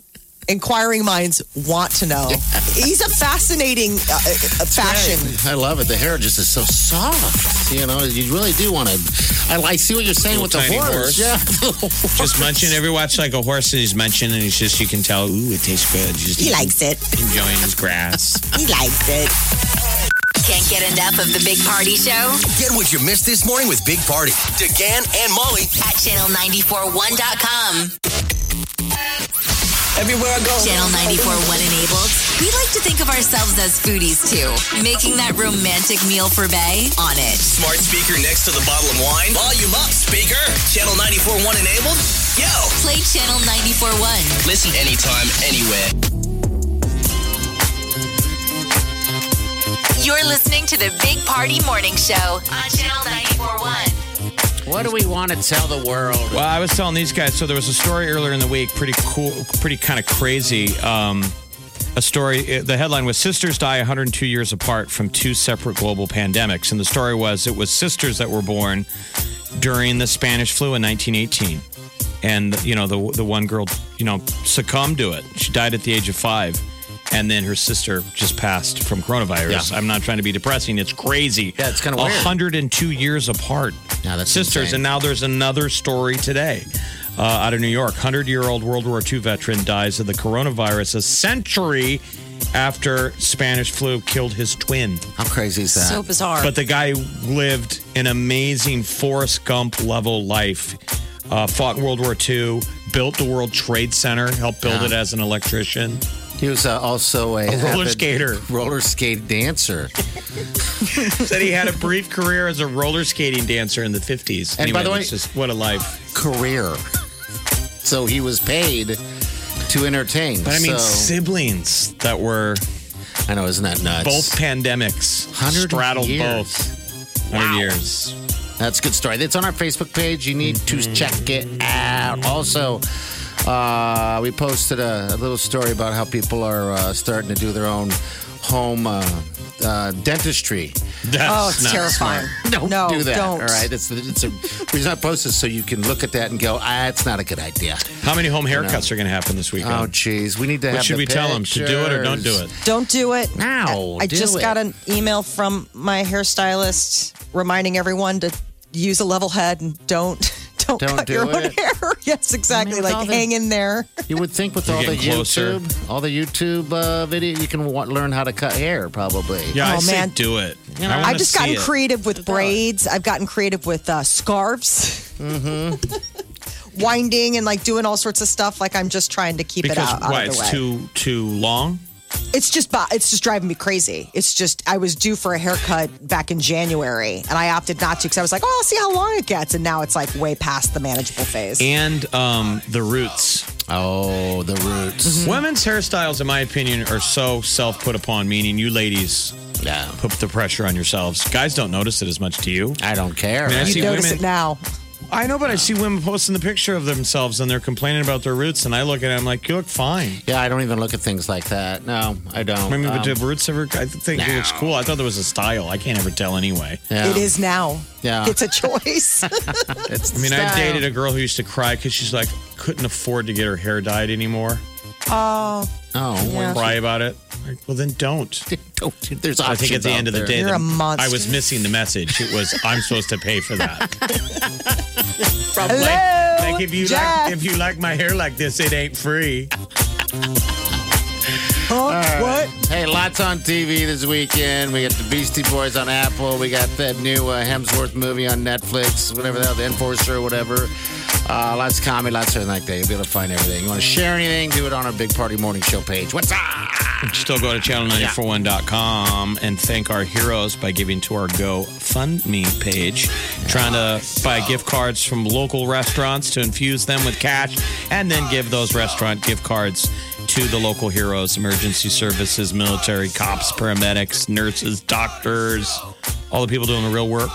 Speaker 4: Inquiring minds want to know. He's a fascinating uh, uh, fashion.
Speaker 6: I love it. The hair just is so soft. You know, you really do want to. I like see what you're saying with the
Speaker 5: Little tiny
Speaker 6: horse.
Speaker 5: horse.
Speaker 6: Yeah,
Speaker 5: just munching every watch like a horse that he's munching, and he's just you can tell, ooh, it tastes good. He's just
Speaker 4: He likes it.
Speaker 5: enjoying his grass.
Speaker 4: He likes it.
Speaker 3: Can't get enough of the Big Party Show
Speaker 2: Get what you missed this morning with Big Party, DeGan and Molly
Speaker 3: at channel941.com. Everywhere I go. Channel 941 enabled. We like to think of ourselves as foodies too. Making that romantic meal for Bay on it.
Speaker 2: Smart speaker next to the bottle of wine. Volume up, speaker. Channel 94.1 enabled. Yo!
Speaker 3: Play Channel 941.
Speaker 2: Listen anytime, anywhere.
Speaker 3: You're listening to the Big Party Morning Show on Channel 941.
Speaker 6: What do we want to tell the world?
Speaker 5: Well, I was telling these guys. So there was a story earlier in the week, pretty cool, pretty kind of crazy. Um, a story. eh, The headline was "Sisters Die 102 Years Apart from Two Separate Global Pandemics," and the story was it was sisters that were born during the Spanish flu in 1918, and you know the the one girl you know succumbed to it. She died at the age of five. And then her sister just passed from coronavirus.
Speaker 6: Yeah.
Speaker 5: I'm not trying to be depressing. It's crazy.
Speaker 6: Yeah, it's kinda weird.
Speaker 5: 102 years apart.
Speaker 6: Yeah, that's
Speaker 5: sisters,
Speaker 6: insane.
Speaker 5: and now there's another story today uh, out of New York. 100 year old World War II veteran dies of the coronavirus a century after Spanish flu killed his twin.
Speaker 6: How crazy is that?
Speaker 4: So bizarre.
Speaker 5: But the guy lived an amazing Forrest Gump level life. Uh, fought in World War II, built the World Trade Center, helped build it as an electrician.
Speaker 6: he was uh, also a,
Speaker 5: roller
Speaker 6: avid
Speaker 5: skater.
Speaker 6: roller skate dancer.
Speaker 5: Said he had a brief career as a roller skating dancer in the 50s.
Speaker 6: And by the way-
Speaker 5: it's just what a life.
Speaker 6: career. So he was paid to entertain.
Speaker 5: But I mean,
Speaker 6: so,
Speaker 5: siblings that were
Speaker 6: I know, isn't that nuts?
Speaker 5: both pandemics
Speaker 6: 100
Speaker 5: straddled
Speaker 6: years.
Speaker 5: both 100 years
Speaker 6: That's a good story. It's on our Facebook page. You need
Speaker 5: Mm-hmm.
Speaker 6: to check it out. Also, uh, we posted a, a little story about how people are uh, starting to do their own home uh, uh, dentistry.
Speaker 5: that's
Speaker 4: oh, it's
Speaker 5: not
Speaker 4: terrifying.
Speaker 6: Don't
Speaker 4: no,
Speaker 6: do that.
Speaker 4: Don't.
Speaker 6: All right, it's it's a it's not posted so you can look at that and go, ah, it's not a good idea.
Speaker 5: smart. how many home haircuts are going to happen this weekend
Speaker 6: Oh, geez, we need to have.
Speaker 5: what should
Speaker 6: the
Speaker 5: we tell them to do it or don't do
Speaker 6: pictures.
Speaker 5: it
Speaker 4: Don't do it.
Speaker 6: Now,
Speaker 4: I
Speaker 6: do
Speaker 4: just
Speaker 6: it.
Speaker 4: got an email from my hairstylist reminding everyone to use a level head and don't don't,
Speaker 6: Don't
Speaker 4: cut
Speaker 6: do
Speaker 4: your own
Speaker 6: it.
Speaker 4: hair. yes, exactly.
Speaker 6: with all
Speaker 4: like
Speaker 6: the-
Speaker 4: hang in there.
Speaker 6: You would think with
Speaker 5: You're
Speaker 6: all the
Speaker 5: getting closer.
Speaker 6: YouTube, all the YouTube uh, video, you can wa- learn how to cut hair, probably.
Speaker 5: yeah i
Speaker 4: Oh,
Speaker 5: say
Speaker 4: man.
Speaker 5: do it I wanna
Speaker 4: I've just gotten
Speaker 5: see it.
Speaker 4: creative with braids. I've gotten creative with uh, scarves, winding, and like doing all sorts of stuff. Like I'm just trying to keep
Speaker 5: because
Speaker 4: it out, out
Speaker 5: why
Speaker 4: of the
Speaker 5: it's
Speaker 4: way.
Speaker 5: too too long
Speaker 4: It's just bo- it's just driving me crazy. It's just I was due for a haircut back in January, and I opted not to because I was like, oh, I'll see how long it gets, and now it's like way past the manageable phase.
Speaker 5: and um, the roots.
Speaker 6: Oh, the
Speaker 4: Mm-hmm.
Speaker 6: roots.
Speaker 5: Women's hairstyles, in my opinion, are so self put upon, meaning you ladies
Speaker 6: Yeah.
Speaker 5: put the pressure on yourselves. Guys don't notice it as much to you.
Speaker 6: I don't care.
Speaker 5: Man, I
Speaker 6: right?
Speaker 5: see
Speaker 4: you notice
Speaker 5: women-
Speaker 4: it now.
Speaker 5: I know, but I see women posting the picture of themselves and they're complaining about their roots, and I look at it, I'm like, you look fine.
Speaker 6: Yeah, I don't even look at things like that. No, I don't.
Speaker 5: I mean, but
Speaker 6: Um,
Speaker 5: the roots ever, I think it looks cool. I thought there was a style. I can't ever tell anyway.
Speaker 6: yeah.
Speaker 4: It is now.
Speaker 6: Yeah.
Speaker 4: It's a choice.
Speaker 6: It's
Speaker 5: I mean, I
Speaker 6: style.
Speaker 5: dated a girl who used to cry because she's like, couldn't afford to get her hair dyed anymore.
Speaker 4: Oh,
Speaker 6: Oh,
Speaker 5: Cry about it. Like, well, then don't.
Speaker 6: don't, there's
Speaker 5: I
Speaker 6: options
Speaker 5: think at the
Speaker 6: out
Speaker 5: end of the
Speaker 6: there.
Speaker 5: day,
Speaker 4: You're
Speaker 5: the-
Speaker 4: a monster.
Speaker 5: I was missing the message. It was I'm supposed to pay for that. Probably.
Speaker 4: Hello,
Speaker 5: Like if you
Speaker 4: Jeff.
Speaker 5: like if you like my hair like this, it ain't free.
Speaker 4: huh? what?
Speaker 6: Hey, lots on TV this weekend. We got the Beastie Boys on Apple. We got that new uh, Hemsworth movie on Netflix, whatever the hell, The Enforcer, whatever. Uh, lots of comedy, lots of everything like that. You'll be able to find everything. You want to share anything, do it on our Big Party Morning Show page. What's up?
Speaker 5: Still go to channel941.com and thank our heroes by giving to our GoFundMe page. Trying to buy gift cards from local restaurants to infuse them with cash and then give those restaurant gift cards to the local heroes, emergency services, military, cops, paramedics, nurses, doctors, all the people doing the real work.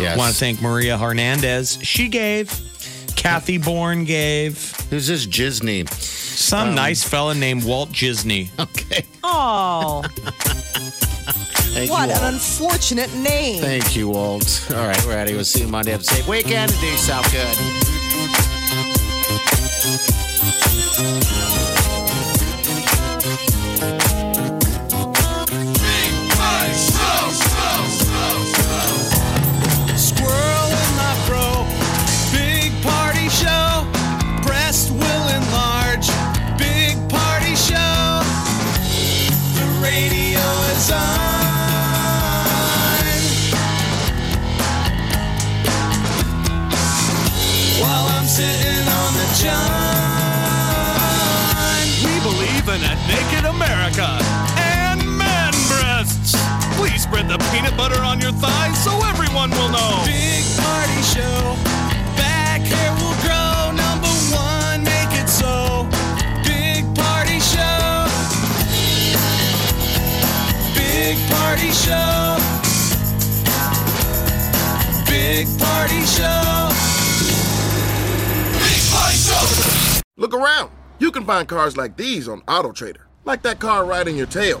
Speaker 6: Yes.
Speaker 5: Want to thank Maria Hernandez. She gave. Kathy Bourne gave.
Speaker 6: Who's this Disney?
Speaker 5: Some nice fella named Walt Disney.
Speaker 6: Okay.
Speaker 4: Oh,
Speaker 6: Thank
Speaker 4: what
Speaker 6: you,
Speaker 4: an
Speaker 6: Walt.
Speaker 4: unfortunate name.
Speaker 6: Thank you, Walt. All right, we're out of here. We'll see you Monday. Have a safe weekend and do yourself good.
Speaker 2: Squirrel in my fro. Big party show. Breast will enlarge. Big party show. The radio is on. While I'm sitting on the john. We believe in a naked America and man breasts. Please spread the peanut butter on your thighs so everyone will know. Big party show. Back hair will grow. Number one, make it so. Big party show. Big party show. Big party show. Big party show.
Speaker 11: Look around. You can find cars like these on AutoTrader, like that car riding your tail.